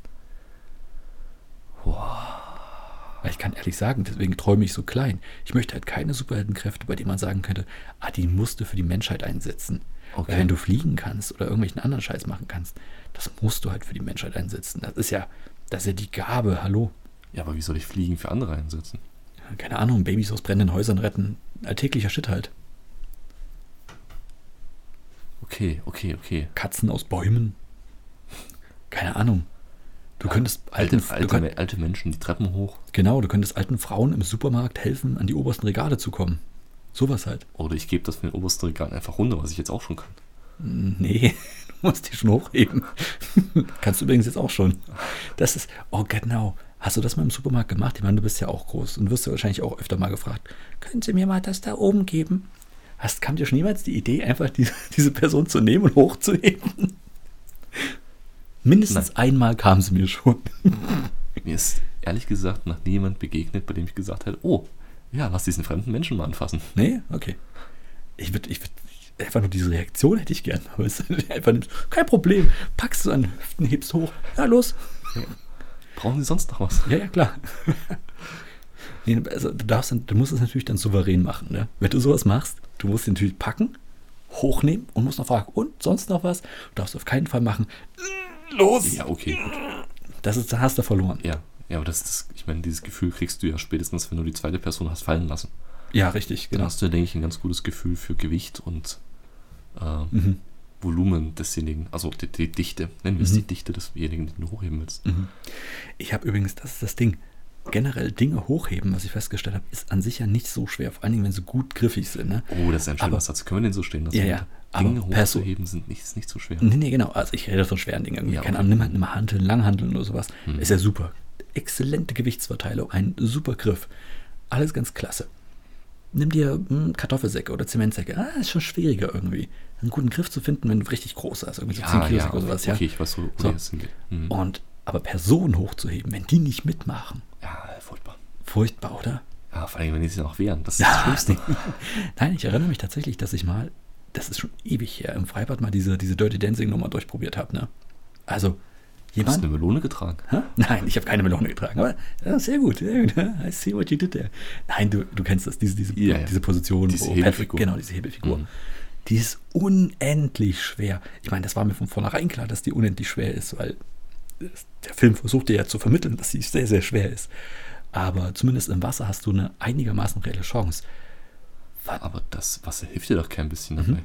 Speaker 1: Weil ich kann ehrlich sagen, deswegen träume ich so klein. Ich möchte halt keine Superheldenkräfte, bei denen man sagen könnte, ah, die musst du für die Menschheit einsetzen. Weil wenn du fliegen kannst oder irgendwelchen anderen Scheiß machen kannst, das musst du halt für die Menschheit einsetzen. Das ist ja, das ist ja die Gabe, hallo.
Speaker 2: Ja, aber wie soll ich Fliegen für andere einsetzen?
Speaker 1: Keine Ahnung, Babys aus brennenden Häusern retten. Alltäglicher Shit halt.
Speaker 2: Okay, okay, okay.
Speaker 1: Katzen aus Bäumen. Keine Ahnung. Du könntest alten,
Speaker 2: Alte,
Speaker 1: du
Speaker 2: alte,
Speaker 1: könnt,
Speaker 2: Me- alte Menschen, die Treppen hoch.
Speaker 1: genau, du könntest alten Frauen im Supermarkt helfen, an die obersten Regale zu kommen. Sowas halt.
Speaker 2: Oder ich gebe das von den obersten Regalen einfach runter, was ich jetzt auch schon kann.
Speaker 1: Nee, *laughs* du musst die schon hochheben. *laughs* Kannst du übrigens jetzt auch schon. Das ist, oh genau. Hast du das mal im Supermarkt gemacht? Ich meine, du bist ja auch groß und wirst ja wahrscheinlich auch öfter mal gefragt. Können Sie mir mal das da oben geben? Hast, kam dir schon jemals die Idee, einfach die, diese *laughs* Person zu nehmen und hochzuheben? *laughs* Mindestens einmal kam sie mir schon.
Speaker 2: Mir ist ehrlich gesagt noch niemand begegnet, bei dem ich gesagt hätte, oh, ja, lass diesen fremden Menschen mal anfassen.
Speaker 1: Nee, okay. Ich würde, ich würd, einfach nur diese Reaktion hätte ich gern. *laughs* Aber es ist einfach nimmst, kein Problem. Packst du an den Hüften, hebst hoch. Ja, los.
Speaker 2: Brauchen Sie sonst noch was?
Speaker 1: *laughs* Ja, ja, klar. nee, also du, darfst, dann- du musst es natürlich dann souverän machen. Ne? Wenn du sowas machst, du musst ihn natürlich packen, hochnehmen und musst noch fragen, und sonst noch was? Du darfst auf keinen Fall machen. Los!
Speaker 2: Ja, okay, gut.
Speaker 1: Das ist, da hast du verloren.
Speaker 2: Ja, ja aber das, das, ich meine, dieses Gefühl kriegst du ja spätestens, wenn du die zweite Person hast fallen lassen.
Speaker 1: Ja, richtig, genau.
Speaker 2: Dann hast du, denke ich, ein ganz gutes Gefühl für Gewicht und äh,
Speaker 1: Mhm.
Speaker 2: Volumen desjenigen, also die, die Dichte, nennen wir es
Speaker 1: Mhm.
Speaker 2: die Dichte desjenigen, den du hochheben willst.
Speaker 1: Ich habe übrigens, das ist das Ding. Generell Dinge hochheben, was ich festgestellt habe, ist an sich ja nicht so schwer, vor allen Dingen, wenn sie gut griffig sind. Ne?
Speaker 2: Oh, das ist ein
Speaker 1: Aber-
Speaker 2: schöner Satz. Können wir den so stehen lassen?
Speaker 1: Ja, ja.
Speaker 2: bitte?
Speaker 1: Aber
Speaker 2: Dinge
Speaker 1: Perso-
Speaker 2: hochzuheben sind nicht, ist nicht so schwer.
Speaker 1: Nee, nee, genau. Also ich rede von schweren Dingen. Irgendwie.
Speaker 2: Ja,
Speaker 1: Keine
Speaker 2: okay.
Speaker 1: Ahnung, nimm halt eine Hantel, Langhantel oder sowas.
Speaker 2: Hm.
Speaker 1: Ist ja super. Exzellente Gewichtsverteilung, ein super Griff. Alles ganz klasse. Nimm dir hm, Kartoffelsäcke oder Zementsäcke. Ah, ist schon schwieriger irgendwie. Einen guten Griff zu finden, wenn du richtig groß hast. Irgendwie so 10 Kilo Säcke oder sowas, ja.
Speaker 2: okay, ich weiß, wo, wo
Speaker 1: So.
Speaker 2: so. das hingeht. Mhm.
Speaker 1: Und aber Personen hochzuheben, wenn die nicht mitmachen.
Speaker 2: Ja, furchtbar.
Speaker 1: Furchtbar, oder?
Speaker 2: Ja, vor allem, wenn die sich noch wehren. Das ist *laughs* das
Speaker 1: Ja,
Speaker 2: Schlimmste.
Speaker 1: nee. Nein, ich erinnere mich tatsächlich, dass ich mal, das ist schon ewig her, im Freibad mal diese, diese Dirty Dancing-Nummer durchprobiert habe. Ne? Also,
Speaker 2: Du hast
Speaker 1: jemand.
Speaker 2: eine Melone getragen.
Speaker 1: Hä? Nein, ich habe keine Melone getragen, aber ja, sehr gut, sehr gut. I see what you did there. Nein, du, du kennst das, diese, diese,
Speaker 2: Ja, ja.
Speaker 1: diese Position.
Speaker 2: Diese
Speaker 1: wo
Speaker 2: Hebelfigur.
Speaker 1: genau, diese Hebelfigur.
Speaker 2: Mhm.
Speaker 1: Die ist unendlich schwer. Ich meine, das war mir von vornherein klar, dass die unendlich schwer ist, weil es- der Film versuchte ja zu vermitteln, dass sie sehr, sehr schwer ist. Aber zumindest im Wasser hast du eine einigermaßen reelle Chance.
Speaker 2: Aber das Wasser hilft dir doch kein bisschen
Speaker 1: Mhm.
Speaker 2: dabei.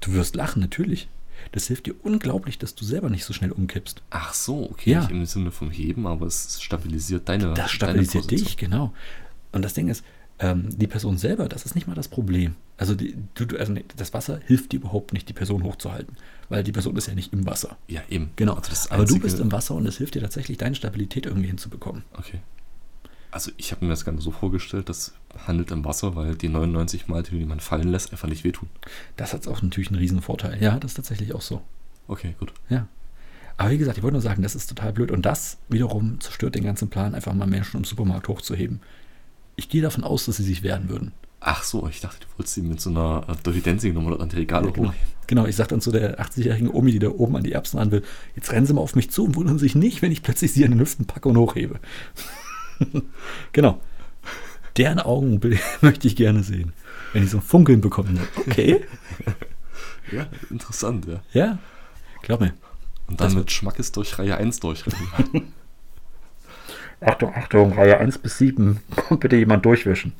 Speaker 1: Du wirst lachen, natürlich. Das hilft dir unglaublich, dass du selber nicht so schnell umkippst.
Speaker 2: Ach so, okay.
Speaker 1: Ja.
Speaker 2: Nicht im Sinne vom Heben, aber es stabilisiert deine
Speaker 1: Das stabilisiert
Speaker 2: deine Position.
Speaker 1: dich, genau. Und das Ding ist, ähm, die Person selber, das ist nicht mal das Problem. Also, die, du, du, also nee, das Wasser hilft dir überhaupt nicht, die Person hochzuhalten, weil die Person ist ja nicht im Wasser.
Speaker 2: Ja, eben.
Speaker 1: Genau.
Speaker 2: Also das
Speaker 1: Aber du
Speaker 2: einzige-
Speaker 1: bist im Wasser und es hilft dir tatsächlich, deine Stabilität irgendwie hinzubekommen.
Speaker 2: Okay. Also ich habe mir das Ganze so vorgestellt, das handelt im Wasser, weil die 99 Mal, die man fallen lässt, einfach nicht wehtun.
Speaker 1: Das hat auch natürlich einen riesen Vorteil. Ja, das ist tatsächlich auch so.
Speaker 2: Okay, gut.
Speaker 1: Ja. Aber wie gesagt, ich wollte nur sagen, das ist total blöd. Und das wiederum zerstört den ganzen Plan, einfach mal Menschen im Supermarkt hochzuheben. Ich gehe davon aus, dass sie sich wehren würden.
Speaker 2: Ach so, ich dachte, du wolltest ihn mit so einer äh, Dirty Dancing Nummer an die Regale
Speaker 1: Ja, genau.
Speaker 2: holen.
Speaker 1: genau, ich sag dann zu der 80-jährigen Omi, die da oben an die Erbsen ran will, jetzt rennen sie mal auf mich zu und wundern sich nicht, wenn ich plötzlich sie an den Hüften packe und hochhebe. *laughs* genau. Deren Augenbild *laughs* möchte ich gerne sehen. Wenn die so ein Funkeln bekommen. Okay.
Speaker 2: Ja, interessant, ja.
Speaker 1: *laughs* Ja. Glaub mir.
Speaker 2: Und dann
Speaker 1: Das
Speaker 2: mit Schmackes durch Reihe 1 durchrennen.
Speaker 1: *laughs* Achtung, Achtung, Reihe 1 bis 7. Kommt *laughs* bitte jemand durchwischen.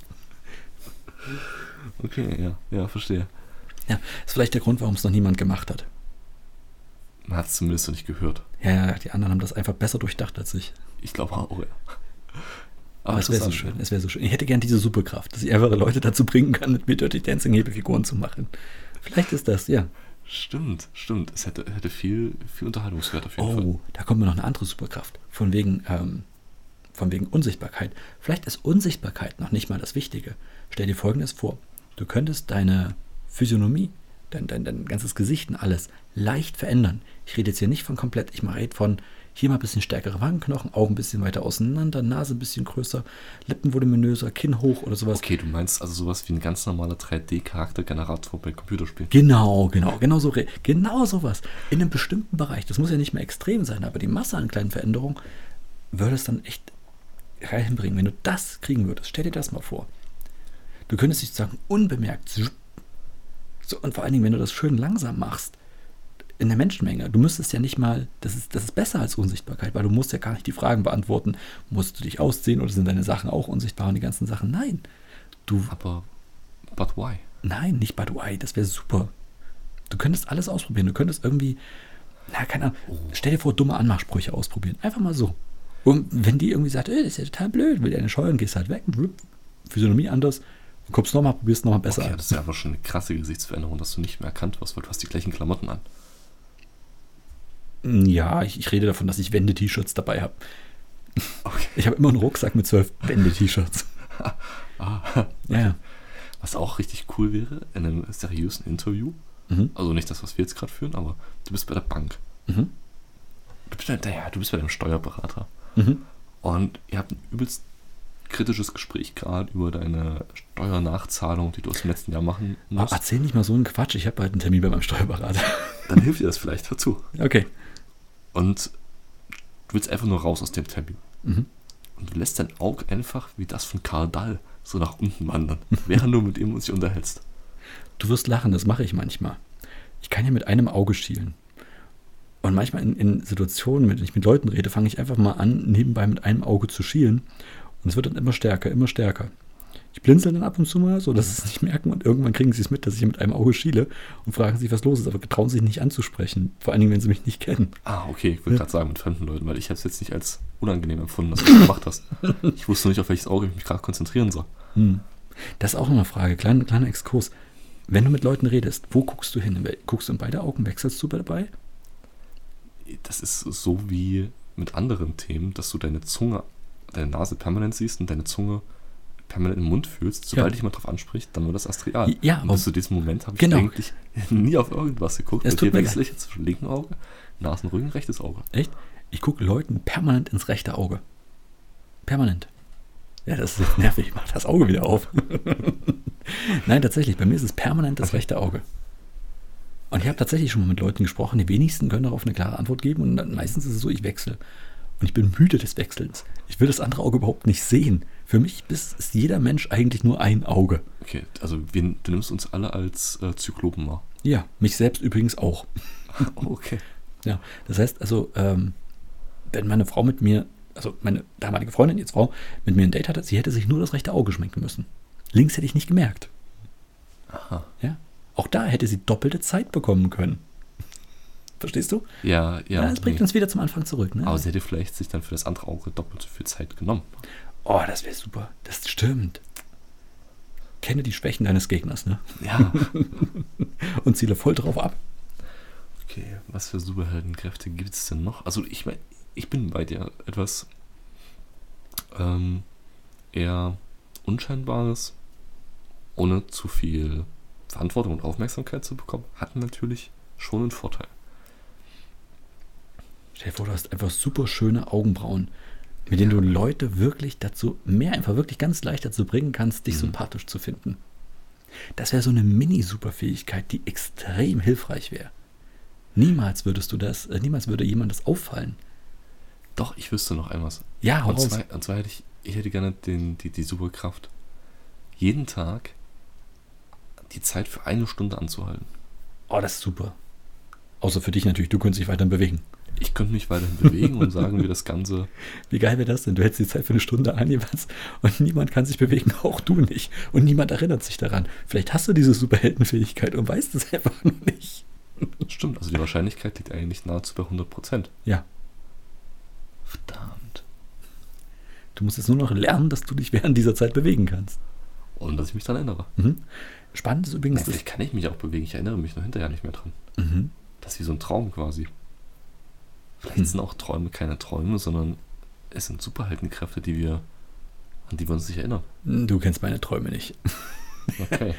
Speaker 2: okay, ja, ja, verstehe.
Speaker 1: Ja, ist vielleicht der Grund, warum es noch niemand gemacht hat.
Speaker 2: Man hat es zumindest noch nicht gehört.
Speaker 1: Ja, ja, die anderen haben das einfach besser durchdacht als ich.
Speaker 2: Ich glaube auch, ja.
Speaker 1: Aber Ah, es wäre so
Speaker 2: interessant,
Speaker 1: schön, es wäre so schön. Ich hätte gern diese Superkraft, dass ich einfach Leute dazu bringen kann, mit mir Dirty Dancing Hebefiguren zu machen. Vielleicht ist das, ja.
Speaker 2: ja. Stimmt, stimmt. Es hätte, hätte viel, viel Unterhaltungswert auf jeden Fall.
Speaker 1: Oh, da kommt mir noch eine andere Superkraft. Von wegen, ähm, von wegen Unsichtbarkeit. Vielleicht ist Unsichtbarkeit noch nicht mal das Wichtige. Stell dir folgendes vor. Du könntest deine Physiognomie, dein, dein, dein ganzes Gesicht und alles leicht verändern. Ich rede jetzt hier nicht von komplett, ich rede von hier mal ein bisschen stärkere Wangenknochen, Augen ein bisschen weiter auseinander, Nase ein bisschen größer, Lippen voluminöser, Kinn hoch oder sowas.
Speaker 2: Okay, du meinst also sowas wie ein ganz normaler 3D-Charaktergenerator bei Computerspielen.
Speaker 1: Genau, genau, genau so, re- genau sowas. In einem bestimmten Bereich, das muss ja nicht mehr extrem sein, aber die Masse an kleinen Veränderungen würde es dann echt reinbringen. Wenn du das kriegen würdest, stell dir das mal vor. Du könntest dich sagen, unbemerkt. So, und vor allen Dingen, wenn du das schön langsam machst, in der Menschenmenge. Du müsstest ja nicht mal, das ist, das ist besser als Unsichtbarkeit, weil du musst ja gar nicht die Fragen beantworten, musst du dich ausziehen oder sind deine Sachen auch unsichtbar und die ganzen Sachen. Nein, du,
Speaker 2: Aber, but why?
Speaker 1: nein, nicht Bad Why, das wäre super. Du könntest alles ausprobieren, du könntest irgendwie, na, keine Ahnung,
Speaker 2: Oh.
Speaker 1: stell dir vor, dumme Anmachsprüche ausprobieren, einfach mal so. Und wenn die irgendwie sagt, äh, das ist ja total blöd, will dir eine scheuern, gehst halt weg, wupp, Physiognomie anders, kommst nochmal, probierst nochmal besser.
Speaker 2: Okay,
Speaker 1: an.
Speaker 2: das ist ja einfach schon eine krasse Gesichtsveränderung, dass du nicht mehr erkannt wirst, weil du hast die gleichen Klamotten an.
Speaker 1: Ja, ich, ich rede davon, dass ich Wende-T-Shirts dabei habe. Ich habe immer einen Rucksack mit zwölf
Speaker 2: *laughs*
Speaker 1: Wende-T-Shirts. Ja, ja.
Speaker 2: Ah. Was auch richtig cool wäre in einem seriösen Interview,
Speaker 1: Mhm.
Speaker 2: also nicht das, was wir jetzt gerade führen, aber du bist bei der Bank.
Speaker 1: Mhm.
Speaker 2: Du bist, bei- ja, du bist bei dem Steuerberater.
Speaker 1: Mhm.
Speaker 2: Und ihr habt ein übelst kritisches Gespräch gerade über deine Steuernachzahlung, die du aus dem letzten Jahr machen
Speaker 1: Aber
Speaker 2: musst.
Speaker 1: erzähl nicht mal so einen Quatsch. Ich habe halt einen Termin bei meinem Steuerberater. *laughs*
Speaker 2: Dann hilft dir das vielleicht dazu.
Speaker 1: Okay.
Speaker 2: Und du willst einfach nur raus aus dem Termin.
Speaker 1: Mhm.
Speaker 2: Und du lässt dein Auge einfach wie das von Karl Dahl so nach unten *laughs* wandern, während du mit ihm sich unterhältst.
Speaker 1: Du wirst lachen, das mache ich manchmal. Ich kann ja mit einem Auge schielen. Und manchmal in, in Situationen, wenn ich mit Leuten rede, fange ich einfach mal an, nebenbei mit einem Auge zu schielen. Und es wird dann immer stärker, immer stärker. Ich blinzel dann ab und zu mal, so dass sie es nicht merken und irgendwann kriegen sie es mit, dass ich mit einem Auge schiele und fragen sich, was los ist, aber trauen sich nicht anzusprechen. Vor allen Dingen, wenn sie mich nicht kennen.
Speaker 2: Ah, okay, ich wollte gerade sagen, mit fremden Leuten, weil ich habe es jetzt nicht als unangenehm empfunden, dass du das gemacht *laughs* hast. Ich wusste nicht, auf welches Auge ich mich gerade konzentrieren soll.
Speaker 1: Hm. Das ist auch noch eine Frage, kleiner, kleiner Exkurs. Wenn du mit Leuten redest, wo guckst du hin? Guckst du in beide Augen, wechselst du dabei?
Speaker 2: Das ist so wie mit anderen Themen, dass du deine Zunge, deine Nase permanent siehst und deine Zunge permanent im Mund fühlst. Sobald
Speaker 1: Ja.
Speaker 2: dich jemand drauf anspricht, dann wird das erst real.
Speaker 1: Ja,
Speaker 2: und
Speaker 1: aber-
Speaker 2: bis zu diesem Moment habe ich
Speaker 1: Genau.
Speaker 2: eigentlich *laughs* nie auf irgendwas geguckt.
Speaker 1: Es
Speaker 2: Bei
Speaker 1: tut
Speaker 2: dir
Speaker 1: mir
Speaker 2: wechsle ich jetzt zwischen linken Auge, Nasenrücken, rechtes Auge.
Speaker 1: Echt? Ich gucke Leuten permanent ins rechte Auge. Permanent. Ja, das ist nervig. Ich mach das Auge wieder auf. *laughs* Nein, tatsächlich. Bei mir ist es permanent das rechte Auge. Und ich habe tatsächlich schon mal mit Leuten gesprochen. Die wenigsten können darauf eine klare Antwort geben. Und dann, meistens ist es so, ich wechsle. Und ich bin müde des Wechselns. Ich will das andere Auge überhaupt nicht sehen. Für mich ist, ist jeder Mensch eigentlich nur ein Auge.
Speaker 2: Okay, also wir, du nimmst uns alle als äh,
Speaker 1: *laughs*
Speaker 2: Zyklopen wahr.
Speaker 1: Ja, mich selbst übrigens auch.
Speaker 2: Okay.
Speaker 1: Ja, das heißt also, ähm, wenn meine Frau mit mir, also meine damalige Freundin, jetzt Frau, mit mir ein Date hatte, sie hätte sich nur das rechte Auge schminken müssen. Links hätte ich nicht gemerkt.
Speaker 2: Aha.
Speaker 1: Ja? Auch da hätte sie doppelte Zeit bekommen können. Verstehst du?
Speaker 2: Ja, ja.
Speaker 1: das bringt
Speaker 2: nee.
Speaker 1: uns wieder zum Anfang zurück. Ne?
Speaker 2: Aber sie hätte vielleicht sich dann für das andere Auge doppelt so viel Zeit genommen.
Speaker 1: Oh, das wäre super. Das stimmt. Kenne die Schwächen deines Gegners, ne?
Speaker 2: Ja.
Speaker 1: Und ziele voll drauf ab.
Speaker 2: Okay, was für Superheldenkräfte gibt es denn noch? Also ich mein, ich bin bei dir etwas ähm, eher Unscheinbares, ohne zu viel Verantwortung und Aufmerksamkeit zu bekommen, hat natürlich schon einen Vorteil.
Speaker 1: Stell dir vor, du hast einfach super schöne Augenbrauen, mit denen du Leute wirklich dazu, mehr einfach wirklich ganz leicht dazu bringen kannst, dich
Speaker 2: Mhm.
Speaker 1: sympathisch zu finden. Das wäre so eine Mini-Superfähigkeit, die extrem hilfreich wäre. Niemals würdest du das, äh, niemals würde jemand das auffallen.
Speaker 2: Doch, ich wüsste noch einmal.
Speaker 1: Ja, hau
Speaker 2: Und
Speaker 1: raus.
Speaker 2: zwar, und zwar hätte ich, ich hätte gerne den, die, die Superkraft, jeden Tag die Zeit für eine Stunde anzuhalten.
Speaker 1: Oh, das ist super. Außer für dich natürlich, du könntest dich weiterhin bewegen.
Speaker 2: Ich könnte mich weiterhin bewegen und sagen, wie das Ganze *laughs*
Speaker 1: Wie geil wäre das denn? Du hättest die Zeit für eine Stunde an jeweils und niemand kann sich bewegen, *laughs* auch du nicht. Und niemand erinnert sich daran. Vielleicht hast du diese Superheldenfähigkeit und weißt es *laughs* einfach nur nicht.
Speaker 2: Stimmt, also die Wahrscheinlichkeit liegt eigentlich nahezu bei 100%.
Speaker 1: Ja.
Speaker 2: Verdammt.
Speaker 1: Du musst jetzt nur noch lernen, dass du dich während dieser Zeit bewegen kannst.
Speaker 2: Und dass ich mich dran erinnere.
Speaker 1: Mhm. Spannend ist
Speaker 2: Ja,
Speaker 1: übrigens, dass,
Speaker 2: vielleicht kann ich mich auch bewegen, ich erinnere mich nur hinterher nicht mehr dran.
Speaker 1: mhm.
Speaker 2: Das ist wie so ein Traum quasi. Vielleicht
Speaker 1: Hm.
Speaker 2: sind auch Träume keine Träume, sondern
Speaker 1: *laughs*
Speaker 2: es sind Superheldenkräfte, die wir, an die wir uns nicht erinnern.
Speaker 1: du kennst meine Träume nicht. *laughs*
Speaker 2: Okay.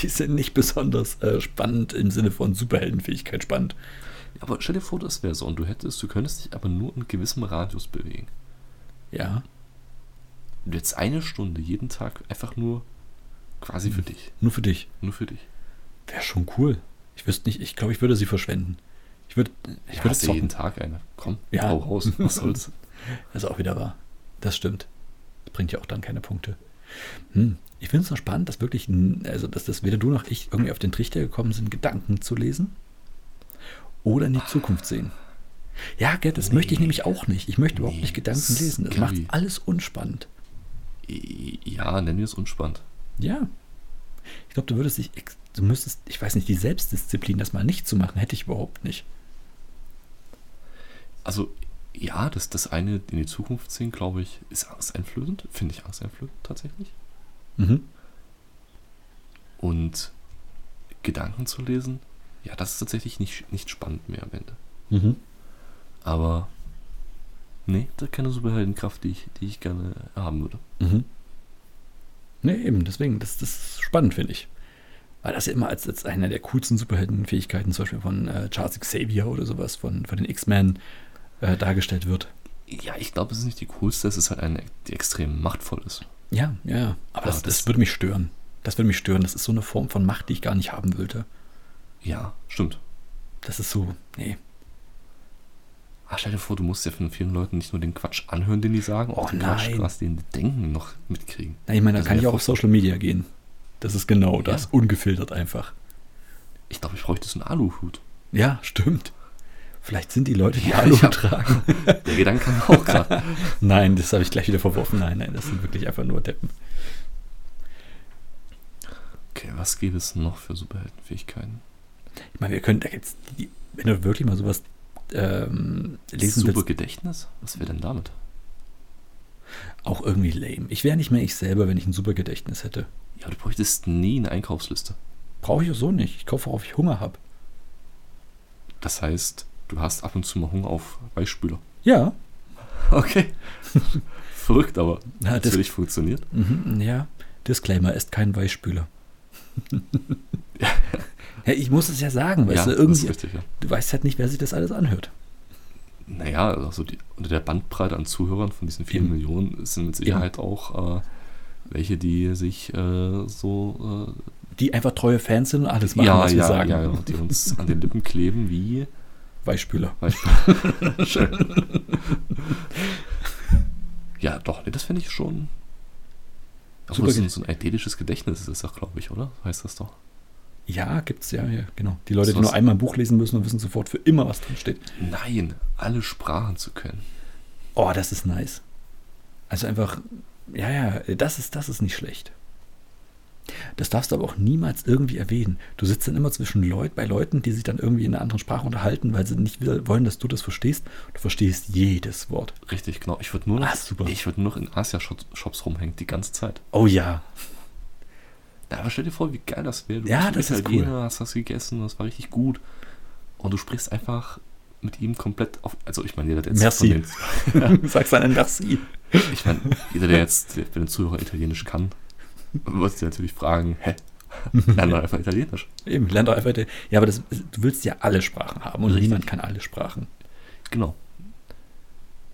Speaker 1: Die sind nicht besonders äh, spannend im Sinne von Superheldenfähigkeit spannend.
Speaker 2: Aber stell dir vor, das wäre so und du hättest, du könntest dich aber nur in gewissem Radius bewegen.
Speaker 1: Ja,
Speaker 2: Und jetzt eine Stunde jeden Tag einfach nur quasi
Speaker 1: Hm.
Speaker 2: für dich.
Speaker 1: nur für dich.
Speaker 2: Nur für dich.
Speaker 1: Wäre schon cool. Ich wüsste nicht, ich glaube, ich würde sie verschwenden. Ich würde, ich
Speaker 2: Ich
Speaker 1: würde
Speaker 2: hasse
Speaker 1: zocken.
Speaker 2: jeden Tag eine. Komm,
Speaker 1: Ja.
Speaker 2: hau raus.
Speaker 1: *laughs*
Speaker 2: Was soll's?
Speaker 1: Das ist auch wieder wahr. Das stimmt. Das bringt ja auch dann keine Punkte. Hm. Ich finde es noch spannend, dass wirklich, n- also dass das weder du noch ich irgendwie auf den Trichter gekommen sind, Gedanken zu lesen oder in die Zukunft sehen. Ja, gell, das
Speaker 2: Nee.
Speaker 1: möchte ich nämlich auch nicht. Ich möchte überhaupt
Speaker 2: Nee,
Speaker 1: nicht Gedanken
Speaker 2: scary.
Speaker 1: lesen. Das macht alles unspannend.
Speaker 2: ja, nennen wir es unspannend.
Speaker 1: Ja. Ich glaube, du würdest dich, ex- du müsstest, ich weiß nicht, die Selbstdisziplin, das mal nicht zu machen, hätte ich überhaupt nicht.
Speaker 2: Also, ja, das, das eine in die Zukunft sehen, glaube ich, ist angsteinflößend. Finde ich angsteinflößend tatsächlich.
Speaker 1: Mhm.
Speaker 2: Und Gedanken zu lesen, ja, das ist tatsächlich nicht, nicht spannend mehr am Ende.
Speaker 1: Mhm.
Speaker 2: Aber nee, das ist keine Superheldenkraft, die ich, die ich gerne haben würde.
Speaker 1: Mhm. Ne, eben, deswegen, das, das ist spannend, finde ich. Weil das ja immer als, als einer der coolsten Superheldenfähigkeiten, zum Beispiel von äh, Charles Xavier oder sowas, von, von den X-Men äh, dargestellt wird.
Speaker 2: Ja, ich glaube, es ist nicht die coolste, es ist halt eine, die extrem machtvoll ist.
Speaker 1: Ja, ja. Aber das, das,
Speaker 2: Aber das-
Speaker 1: würde mich stören. Das würde mich stören. Das ist so eine Form von Macht, die ich gar nicht haben wollte.
Speaker 2: Ja, stimmt.
Speaker 1: Das ist so, nee.
Speaker 2: Ah, stell dir vor, du musst ja von vielen Leuten nicht nur den Quatsch anhören, den die sagen, auch
Speaker 1: Oh
Speaker 2: den Quatsch,
Speaker 1: nein.
Speaker 2: was die denken, noch mitkriegen.
Speaker 1: Na, ich meine, da
Speaker 2: Das
Speaker 1: kann
Speaker 2: wär
Speaker 1: ich auch
Speaker 2: voll-
Speaker 1: auf Social Media gehen. Das ist genau das,
Speaker 2: Ja.
Speaker 1: ungefiltert einfach.
Speaker 2: Ich glaube, ich bräuchte so einen Aluhut.
Speaker 1: Ja, stimmt. Vielleicht sind die Leute, die
Speaker 2: Ja,
Speaker 1: Alu
Speaker 2: ich hab-
Speaker 1: tragen.
Speaker 2: Der Gedanke
Speaker 1: *laughs*
Speaker 2: kam mir auch gerade.
Speaker 1: Nein, das habe ich gleich wieder verworfen. Nein, nein, das sind wirklich einfach nur Deppen.
Speaker 2: Okay, was gäbe es noch für Superheldenfähigkeiten?
Speaker 1: Ich meine, wir können da jetzt, die- wenn du wirklich mal sowas ähm, lesen
Speaker 2: Super
Speaker 1: willst,
Speaker 2: Gedächtnis? Was wäre denn damit?
Speaker 1: auch irgendwie lame. Ich wäre nicht mehr ich selber, wenn ich ein super Gedächtnis hätte.
Speaker 2: Ja, du bräuchtest nie eine Einkaufsliste.
Speaker 1: Brauche ich auch so nicht. Ich kaufe, worauf ich Hunger habe.
Speaker 2: Das heißt, du hast ab und zu mal Hunger auf Weichspüler.
Speaker 1: Ja.
Speaker 2: Okay. *laughs* Verrückt, aber
Speaker 1: Na, das-
Speaker 2: natürlich funktioniert.
Speaker 1: Mhm, ja. Disclaimer, ist kein
Speaker 2: *laughs*
Speaker 1: Weichspüler. ja, ich muss es ja sagen, weißt
Speaker 2: ja,
Speaker 1: du,
Speaker 2: das ist
Speaker 1: irgendwie,
Speaker 2: richtig, ja.
Speaker 1: du weißt halt nicht, wer sich das alles anhört.
Speaker 2: Naja, also die, unter der Bandbreite an Zuhörern von diesen vielen
Speaker 1: Eben.
Speaker 2: Millionen sind mit Sicherheit auch äh, welche, die sich äh, so äh,
Speaker 1: Die einfach treue Fans sind und alles machen, was wir
Speaker 2: ja,
Speaker 1: sagen.
Speaker 2: ja, ja, die uns an den Lippen kleben wie
Speaker 1: Weichspüler.
Speaker 2: Beispiel. Schön. ja, doch, nee, das finde ich schon.
Speaker 1: Super
Speaker 2: Obwohl, so, ein- so ein eidetisches Gedächtnis ist das doch, glaube ich, oder? Heißt das doch?
Speaker 1: Ja, gibt's, ja, ja, genau. Die Leute, die
Speaker 2: Sowas-
Speaker 1: nur einmal ein Buch lesen müssen und wissen sofort für immer, was drin steht.
Speaker 2: Nein, alle Sprachen zu können.
Speaker 1: Oh, das ist nice. Also einfach, ja, ja, das ist, das ist nicht schlecht. Das darfst du aber auch niemals irgendwie erwähnen. Du sitzt dann immer zwischen Leut, bei Leuten, die sich dann irgendwie in einer anderen Sprache unterhalten, weil sie nicht will- wollen, dass du das verstehst. Du verstehst jedes Wort.
Speaker 2: Richtig, genau. Ich würde nur noch,
Speaker 1: Ah, super.
Speaker 2: ich würde nur noch in Asia-Shops rumhängen, die ganze Zeit.
Speaker 1: Oh
Speaker 2: *laughs*
Speaker 1: ja.
Speaker 2: Na, aber stell dir vor, wie geil das wäre. Du
Speaker 1: Ja,
Speaker 2: bist ein
Speaker 1: das ist
Speaker 2: Italiener, hast was gegessen, das war richtig gut. Und du sprichst einfach mit ihm komplett auf. Also, ich meine, jeder, der jetzt.
Speaker 1: Merci.
Speaker 2: von den-
Speaker 1: Sagst dann ein Merci.
Speaker 2: Ich meine, jeder, der jetzt, der- wenn ein Zuhörer Italienisch kann, wird sich natürlich fragen,
Speaker 1: *laughs*
Speaker 2: hä? Lern doch einfach Italienisch.
Speaker 1: Eben, lern doch einfach. die- Ja, aber das, du willst ja alle Sprachen haben und
Speaker 2: Richtig.
Speaker 1: niemand kann alle Sprachen.
Speaker 2: Genau.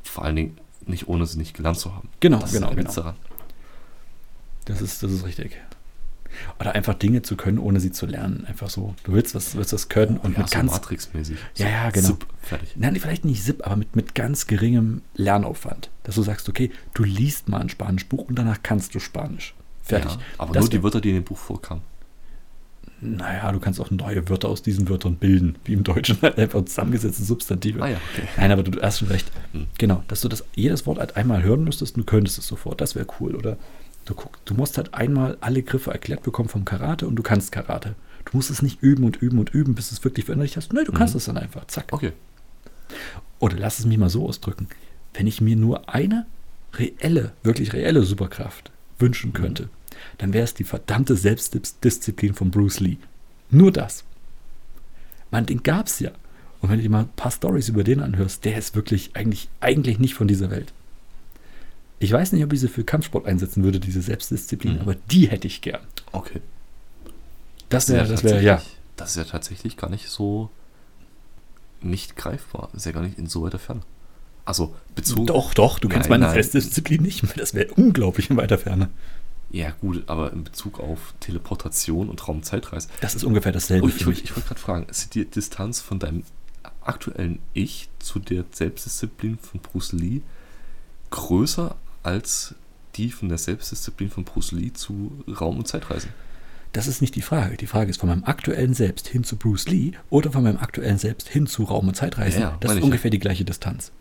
Speaker 2: Vor allen Dingen nicht ohne sie nicht gelernt zu haben.
Speaker 1: Genau,
Speaker 2: Das
Speaker 1: genau,
Speaker 2: ist der
Speaker 1: genau.
Speaker 2: Witz daran.
Speaker 1: Das ist, das ist richtig. Oder einfach Dinge zu können, ohne sie zu lernen. Einfach so. Du willst was, willst was können und
Speaker 2: ja,
Speaker 1: mit
Speaker 2: so
Speaker 1: ganz
Speaker 2: Matrix-mäßig.
Speaker 1: Ja, ja, genau.
Speaker 2: Zip, fertig.
Speaker 1: Nein, vielleicht nicht SIP, aber mit, mit ganz geringem Lernaufwand. Dass du sagst, okay, du liest mal ein Spanischbuch und danach kannst du Spanisch. Fertig.
Speaker 2: Ja, aber
Speaker 1: Das
Speaker 2: nur die
Speaker 1: wär-
Speaker 2: Wörter, die in dem Buch vorkamen.
Speaker 1: Naja, du kannst auch neue Wörter aus diesen Wörtern bilden, wie im Deutschen *laughs* halt einfach zusammengesetzte Substantive.
Speaker 2: Ah ja, okay.
Speaker 1: Nein, aber du, du hast schon recht.
Speaker 2: Hm.
Speaker 1: Genau, dass du das jedes Wort halt einmal hören müsstest und du könntest es sofort. Das wäre cool, oder? Du, guck, du musst halt einmal alle Griffe erklärt bekommen vom Karate und du kannst Karate. Du musst es nicht üben und üben und üben, bis du es wirklich verinnerlicht hast. Nö, du kannst es dann einfach. Zack.
Speaker 2: Mhm. Okay.
Speaker 1: Oder lass es mich mal so ausdrücken. Wenn ich mir nur eine reelle, wirklich reelle Superkraft wünschen könnte, dann wäre es die verdammte Selbstdisziplin von Bruce Lee. Nur das. Man, den gab's ja. Und wenn du dir mal ein paar Stories über den anhörst, der ist wirklich eigentlich, eigentlich nicht von dieser Welt. Ich weiß nicht, ob ich sie für Kampfsport einsetzen würde, diese Selbstdisziplin,
Speaker 2: Mhm.
Speaker 1: aber die hätte ich gern.
Speaker 2: Okay.
Speaker 1: Das wäre, das wäre, ja.
Speaker 2: tatsächlich- Das ist ja tatsächlich gar nicht so nicht greifbar. Ist ja gar nicht in so weiter Ferne. Also, Bezug.
Speaker 1: Doch, doch, du kennst
Speaker 2: Nein,
Speaker 1: meine
Speaker 2: nein.
Speaker 1: feste Disziplin nicht mehr. Das wäre unglaublich in weiter Ferne.
Speaker 2: Ja, gut, aber in Bezug auf Teleportation und Raumzeitreise.
Speaker 1: Das ist ungefähr dasselbe
Speaker 2: Oh,
Speaker 1: für
Speaker 2: ich wollte
Speaker 1: mich.
Speaker 2: ich wollte gerade fragen, ist die Distanz von deinem aktuellen Ich zu der Selbstdisziplin von Bruce Lee größer als die von der Selbstdisziplin von Bruce Lee zu Raum- und Zeitreisen?
Speaker 1: Das ist nicht die Frage. Die Frage ist von meinem aktuellen Selbst hin zu Bruce Lee oder von meinem aktuellen Selbst hin zu Raum- und Zeitreisen.
Speaker 2: Ja, ja,
Speaker 1: das
Speaker 2: meine
Speaker 1: ist
Speaker 2: ich ja.
Speaker 1: ungefähr die gleiche Distanz.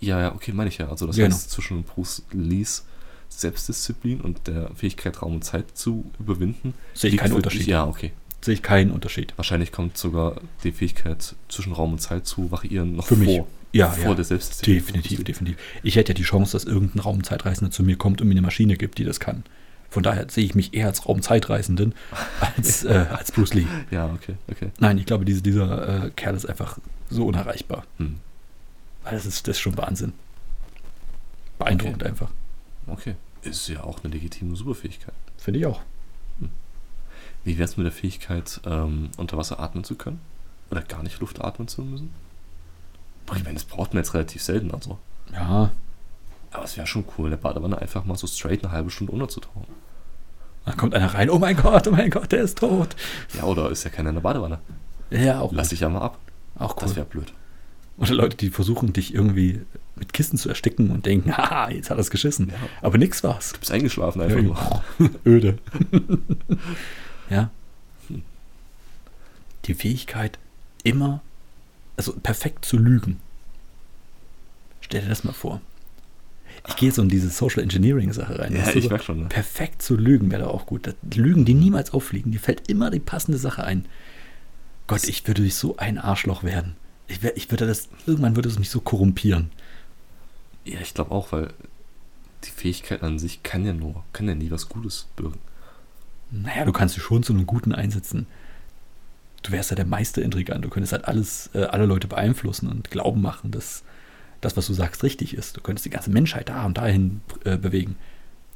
Speaker 2: Ja, ja, okay, meine ich ja. Also das
Speaker 1: Genau.
Speaker 2: heißt, zwischen Bruce Lees Selbstdisziplin und der Fähigkeit, Raum und Zeit zu überwinden,
Speaker 1: Sehe ich
Speaker 2: liegt
Speaker 1: keinen
Speaker 2: wirklich-
Speaker 1: Unterschied.
Speaker 2: Ja, okay.
Speaker 1: Sehe ich keinen Unterschied.
Speaker 2: Wahrscheinlich kommt sogar die Fähigkeit, zwischen Raum und Zeit zu variieren, noch
Speaker 1: Für mich.
Speaker 2: vor,
Speaker 1: Ja,
Speaker 2: vor
Speaker 1: ja.
Speaker 2: der Selbstdisziplin. von
Speaker 1: Definitiv,
Speaker 2: Bruce Lee.
Speaker 1: definitiv. Ich hätte ja die Chance, dass irgendein Raumzeitreisender zu mir kommt und mir eine Maschine gibt, die das kann. Von daher sehe ich mich eher als
Speaker 2: *laughs*
Speaker 1: Raumzeitreisenden als, äh, als Bruce Lee.
Speaker 2: Ja, okay, okay.
Speaker 1: Nein, ich glaube, diese, dieser äh, Kerl ist einfach so unerreichbar.
Speaker 2: Hm.
Speaker 1: Weil Das ist, das ist schon Wahnsinn. Beeindruckend einfach.
Speaker 2: Okay. Ist ja auch eine legitime Superfähigkeit.
Speaker 1: Finde ich auch.
Speaker 2: Wie wäre es mit der Fähigkeit, ähm, unter Wasser atmen zu können? Oder gar nicht Luft atmen zu müssen? Boah, ich meine, das braucht man jetzt relativ selten, also.
Speaker 1: Ja,
Speaker 2: Aber es wäre schon cool, in der Badewanne einfach mal so straight eine halbe Stunde unterzutauchen.
Speaker 1: dann kommt einer rein. Oh mein Gott, oh mein Gott, der ist tot.
Speaker 2: Ja, oder ist ja keiner in der Badewanne.
Speaker 1: Ja, auch,
Speaker 2: Lass dich ja mal ab.
Speaker 1: auch
Speaker 2: Das
Speaker 1: cool.
Speaker 2: wäre blöd.
Speaker 1: Oder Leute, die versuchen, dich irgendwie mit Kissen zu ersticken und denken, haha, jetzt hat er es geschissen.
Speaker 2: Ja.
Speaker 1: Aber nix war's.
Speaker 2: Du bist eingeschlafen einfach nur.
Speaker 1: *laughs* Öde. ja.
Speaker 2: Hm.
Speaker 1: Die Fähigkeit, immer, also perfekt zu lügen. Stell dir das mal vor. Ich gehe so in diese Social Engineering-Sache rein.
Speaker 2: Ja,
Speaker 1: weißt du,
Speaker 2: ich
Speaker 1: so
Speaker 2: merk schon. Ne?
Speaker 1: perfekt zu lügen wäre da auch gut. Das, lügen, die niemals auffliegen, die fällt immer die passende Sache ein. Gott, ich würde durch so ein Arschloch werden. Ich, wär, ich würde das, irgendwann würde es mich so korrumpieren.
Speaker 2: Ja, ich glaube auch, weil die Fähigkeit an sich kann ja nur, kann ja nie was Gutes birgen.
Speaker 1: Naja, du kannst dich schon zu einem Guten einsetzen. Du wärst ja der Meisterintrigant. Du könntest halt alles, äh, alle Leute beeinflussen und glauben machen, dass das, was du sagst, richtig ist. Du könntest die ganze Menschheit da und dahin äh, bewegen.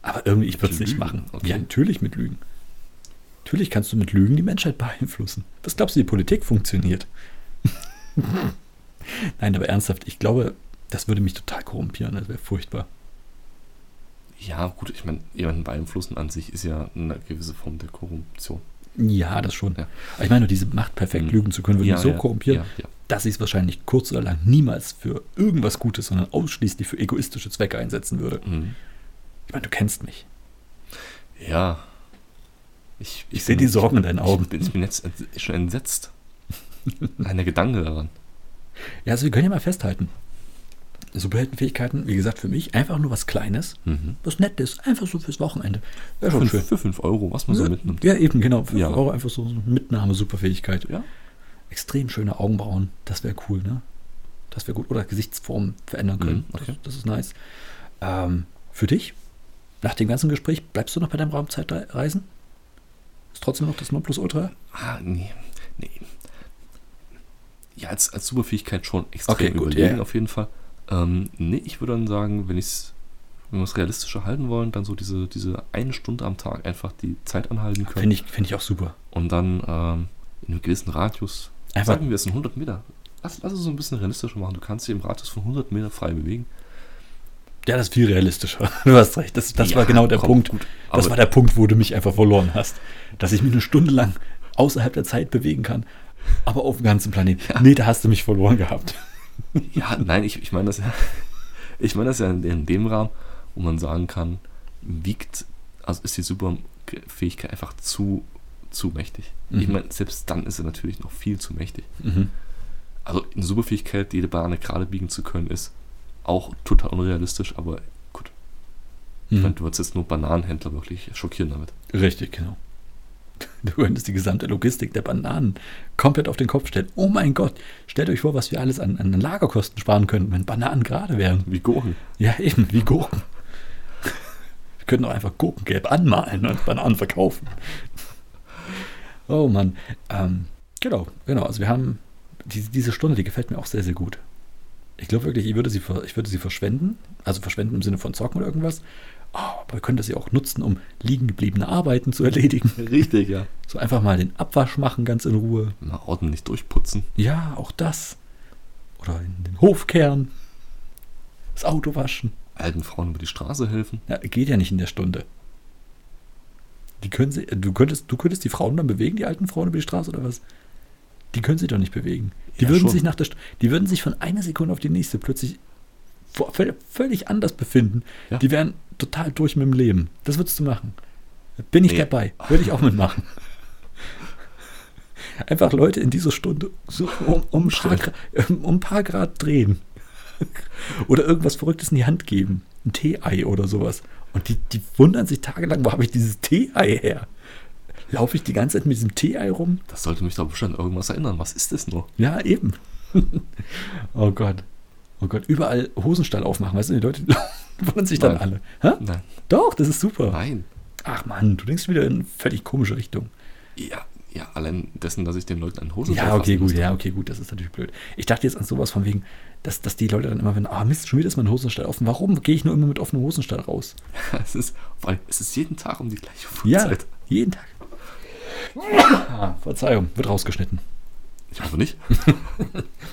Speaker 1: Aber irgendwie, ich
Speaker 2: Mit
Speaker 1: würde es nicht
Speaker 2: Lügen,
Speaker 1: machen.
Speaker 2: okay.
Speaker 1: Ja, natürlich mit Lügen. Natürlich kannst du mit Lügen die Menschheit beeinflussen. Was glaubst du, die Politik funktioniert? *laughs* Nein, aber ernsthaft, ich glaube, das würde mich total korrumpieren. Das wäre furchtbar.
Speaker 2: Ja, gut, ich meine, jemanden beeinflussen an sich ist ja eine gewisse Form der Korruption.
Speaker 1: Ja, das schon.
Speaker 2: Ja.
Speaker 1: Aber ich meine, nur diese Macht perfekt
Speaker 2: Mhm.
Speaker 1: lügen zu können, würde
Speaker 2: ja,
Speaker 1: mich so
Speaker 2: ja,
Speaker 1: korrumpieren.
Speaker 2: Ja, ja.
Speaker 1: dass ich es wahrscheinlich kurz oder lang niemals für irgendwas Gutes, sondern ausschließlich für egoistische Zwecke einsetzen würde.
Speaker 2: Mhm.
Speaker 1: Ich meine, du kennst mich.
Speaker 2: ja. Ich,
Speaker 1: Ich sehe die Sorgen in deinen Augen.
Speaker 2: Ich bin, ich bin jetzt ents-
Speaker 1: *laughs*
Speaker 2: schon entsetzt. An der Gedanke daran.
Speaker 1: Ja, also wir können ja mal festhalten. Superheldenfähigkeiten, wie gesagt, für mich einfach nur was Kleines,
Speaker 2: Mhm.
Speaker 1: was Nettes, einfach so fürs Wochenende. Wäre schon schön.
Speaker 2: Fünf, für 5 Euro, was man so mitnimmt.
Speaker 1: Ja, eben, genau. Fünf
Speaker 2: Ja.
Speaker 1: Euro einfach so eine Mitnahme-Superfähigkeit.
Speaker 2: Ja.
Speaker 1: Extrem schöne Augenbrauen, das wäre cool, ne? Das wäre gut. Oder Gesichtsformen verändern können.
Speaker 2: Mhm, okay.
Speaker 1: das, das ist nice. Ähm, für dich, nach dem ganzen Gespräch, bleibst du noch bei deinem Raumzeitreisen? Ist trotzdem noch das Nonplusultra?
Speaker 2: Ah, nee. Nee. Ja, als, als Superfähigkeit schon extrem
Speaker 1: Okay, gut,
Speaker 2: überlegen,
Speaker 1: ja, ja.
Speaker 2: auf jeden Fall. Ähm, nee, ich würde dann sagen, wenn ich's, wenn wir es realistischer halten wollen, dann so diese, diese eine Stunde am Tag einfach die Zeit anhalten können.
Speaker 1: Finde ich, find ich auch super.
Speaker 2: Und dann ähm, in einem gewissen Radius,
Speaker 1: Einfach,
Speaker 2: sagen wir es sind 100 Meter. Lass, lass es so ein bisschen realistischer machen. Du kannst dich im Radius von 100 Meter frei bewegen.
Speaker 1: ja, das ist viel realistischer. *laughs* Du hast recht. Das, das
Speaker 2: Ja,
Speaker 1: war genau der
Speaker 2: komm,
Speaker 1: Punkt.
Speaker 2: Gut, aber
Speaker 1: Das war der Punkt, wo du mich einfach verloren hast. Dass ich mich eine Stunde lang außerhalb der Zeit bewegen kann, aber auf dem ganzen Planeten. Nee, da hast du mich verloren gehabt.
Speaker 2: Ja, nein, ich, ich meine das ja. *laughs* Ich meine das ja in, in dem Rahmen, wo man sagen kann, wiegt, also ist die Superfähigkeit einfach zu, zu mächtig. Ich
Speaker 1: Mhm.
Speaker 2: meine, selbst dann ist sie natürlich noch viel zu mächtig. Also eine Superfähigkeit, jede Bahn gerade biegen zu können, ist auch total unrealistisch, aber gut,
Speaker 1: Mhm.
Speaker 2: ich meine, du würdest jetzt nur Bananenhändler wirklich schockieren damit.
Speaker 1: Richtig, genau. *laughs* Du könntest die gesamte Logistik der Bananen komplett auf den Kopf stellen. Oh mein Gott, stellt euch vor, was wir alles an, an Lagerkosten sparen könnten, wenn Bananen gerade wären.
Speaker 2: Wie Gurken.
Speaker 1: Ja, eben, wie Gurken. Wir könnten auch einfach Gurkengelb anmalen und Bananen verkaufen. Oh Mann. Ähm, genau, genau. Also wir haben die, diese Stunde, die gefällt mir auch sehr, sehr gut. Ich glaube wirklich, ich würde, sie, ver- ich würde sie verschwenden. Also verschwenden im Sinne von zocken oder irgendwas. Oh, Aber wir können das ja auch nutzen, um liegen gebliebene Arbeiten zu erledigen.
Speaker 2: Richtig, ja.
Speaker 1: So einfach mal den Abwasch machen, ganz in Ruhe.
Speaker 2: Mal ordentlich durchputzen.
Speaker 1: Ja, auch das. Oder in den Hof kehren. Das Auto waschen.
Speaker 2: Alten Frauen über die Straße helfen.
Speaker 1: Ja, geht ja nicht in der Stunde. Die können sie, du, könntest, du könntest die Frauen dann bewegen, die alten Frauen über die Straße oder was? Die können sie doch nicht bewegen. Die,
Speaker 2: Ja,
Speaker 1: würden,
Speaker 2: schon.
Speaker 1: sich nach der, Stu- die würden sich von einer Sekunde auf die nächste plötzlich vo- völ- völlig anders befinden.
Speaker 2: Ja.
Speaker 1: Die wären total durch mit dem Leben. Das würdest du machen. Bin ich
Speaker 2: Nee.
Speaker 1: dabei. Würde ich auch
Speaker 2: *laughs*
Speaker 1: mitmachen. Einfach Leute in dieser Stunde so um, um, ein paar, Gra- um ein paar Grad drehen. Oder irgendwas Verrücktes in die Hand geben. Ein Tee-Ei oder sowas. Und die, die wundern sich tagelang, wo habe ich dieses Tee-Ei her? Laufe ich die ganze Zeit mit diesem Tee-Ei rum?
Speaker 2: Das sollte mich doch bestimmt an irgendwas erinnern. Was ist das nur?
Speaker 1: Ja, eben. *laughs* oh Gott. Oh Gott, überall Hosenstall aufmachen, weißt du, die Leute *laughs* wundern sich dann
Speaker 2: Nein.
Speaker 1: alle. Hä?
Speaker 2: Nein.
Speaker 1: Doch, das ist super.
Speaker 2: Nein.
Speaker 1: Ach Mann, du denkst wieder in eine völlig komische Richtung.
Speaker 2: Ja, ja, allein dessen, dass ich den Leuten an Hose
Speaker 1: Ja,
Speaker 2: fassen
Speaker 1: okay, gut,
Speaker 2: musste.
Speaker 1: ja, okay, gut, das ist natürlich blöd. Ich dachte jetzt an sowas von wegen, dass, dass die Leute dann immer, wenn, ah Mist, schon wieder ist mein Hosenstall offen. Warum gehe ich nur immer mit offenem Hosenstall raus?
Speaker 2: *laughs* Es ist, weil es ist jeden Tag um die gleiche
Speaker 1: Ja,
Speaker 2: Uhrzeit.
Speaker 1: jeden Tag. Ah, Verzeihung, wird rausgeschnitten.
Speaker 2: Ich hoffe nicht.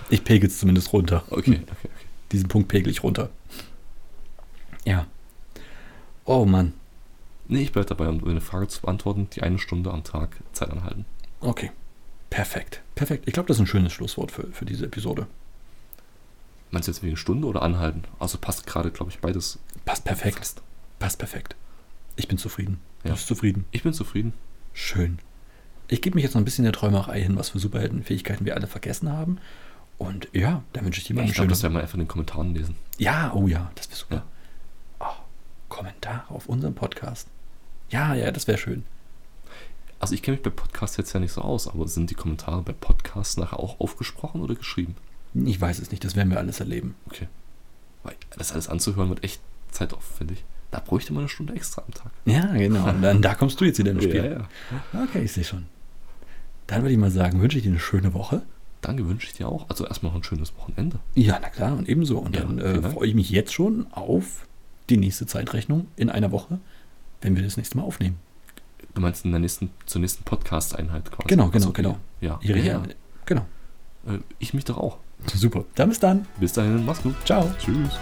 Speaker 1: Ich pegel es zumindest runter.
Speaker 2: Okay, okay, okay.
Speaker 1: Diesen Punkt pegel ich runter. Ja. Oh Mann.
Speaker 2: Nee, ich bleibe dabei, um eine Frage zu beantworten, die eine Stunde am Tag Zeit anhalten.
Speaker 1: Okay. Perfekt. Perfekt. Ich glaube, das ist ein schönes Schlusswort für, für diese Episode.
Speaker 2: Meinst du jetzt wegen Stunde oder anhalten? Also passt gerade, glaube ich, beides.
Speaker 1: Passt perfekt.
Speaker 2: Fast.
Speaker 1: Passt perfekt. Ich bin zufrieden.
Speaker 2: Ja.
Speaker 1: Du bist zufrieden.
Speaker 2: Ich bin zufrieden.
Speaker 1: Schön. Ich gebe mich jetzt noch ein bisschen der Träumerei hin, was für Superheldenfähigkeiten wir alle vergessen haben. Und ja, dann wünsche ich dir mal einen
Speaker 2: ich glaube,
Speaker 1: schönen.
Speaker 2: das werden wir einfach in den Kommentaren lesen.
Speaker 1: Ja, oh ja, das wäre super.
Speaker 2: Ja.
Speaker 1: Oh, Kommentare auf unserem Podcast. Ja, ja, das wäre schön.
Speaker 2: Also ich kenne mich bei Podcasts jetzt ja nicht so aus, aber sind die Kommentare bei Podcasts nachher auch aufgesprochen oder geschrieben?
Speaker 1: Ich weiß es nicht, das werden wir alles erleben.
Speaker 2: Weil das alles anzuhören wird echt zeitaufwendig. Da bräuchte man eine Stunde extra am Tag.
Speaker 1: Ja, genau. Und *laughs* dann da kommst du jetzt wieder ins Spiel.
Speaker 2: ja.
Speaker 1: Okay, ich sehe schon. Dann würde ich mal sagen, wünsche ich dir eine schöne Woche.
Speaker 2: Dann wünsche ich dir auch, also erstmal noch ein schönes Wochenende.
Speaker 1: Ja, na klar, und ebenso. Und
Speaker 2: Ja,
Speaker 1: dann
Speaker 2: vielen
Speaker 1: äh,
Speaker 2: Dank.
Speaker 1: freue ich mich jetzt schon auf die nächste Zeitrechnung in einer Woche, wenn wir das nächste Mal aufnehmen.
Speaker 2: Du meinst in der nächsten, zur nächsten Podcast-Einheit quasi.
Speaker 1: Genau, genau,
Speaker 2: Also,
Speaker 1: genau.
Speaker 2: Ja,
Speaker 1: Ihre
Speaker 2: ja,
Speaker 1: Herren. Genau.
Speaker 2: ja. Äh, Ich mich doch auch.
Speaker 1: Super. Dann bis dann.
Speaker 2: Bis dahin, mach's gut.
Speaker 1: Ciao.
Speaker 2: Tschüss.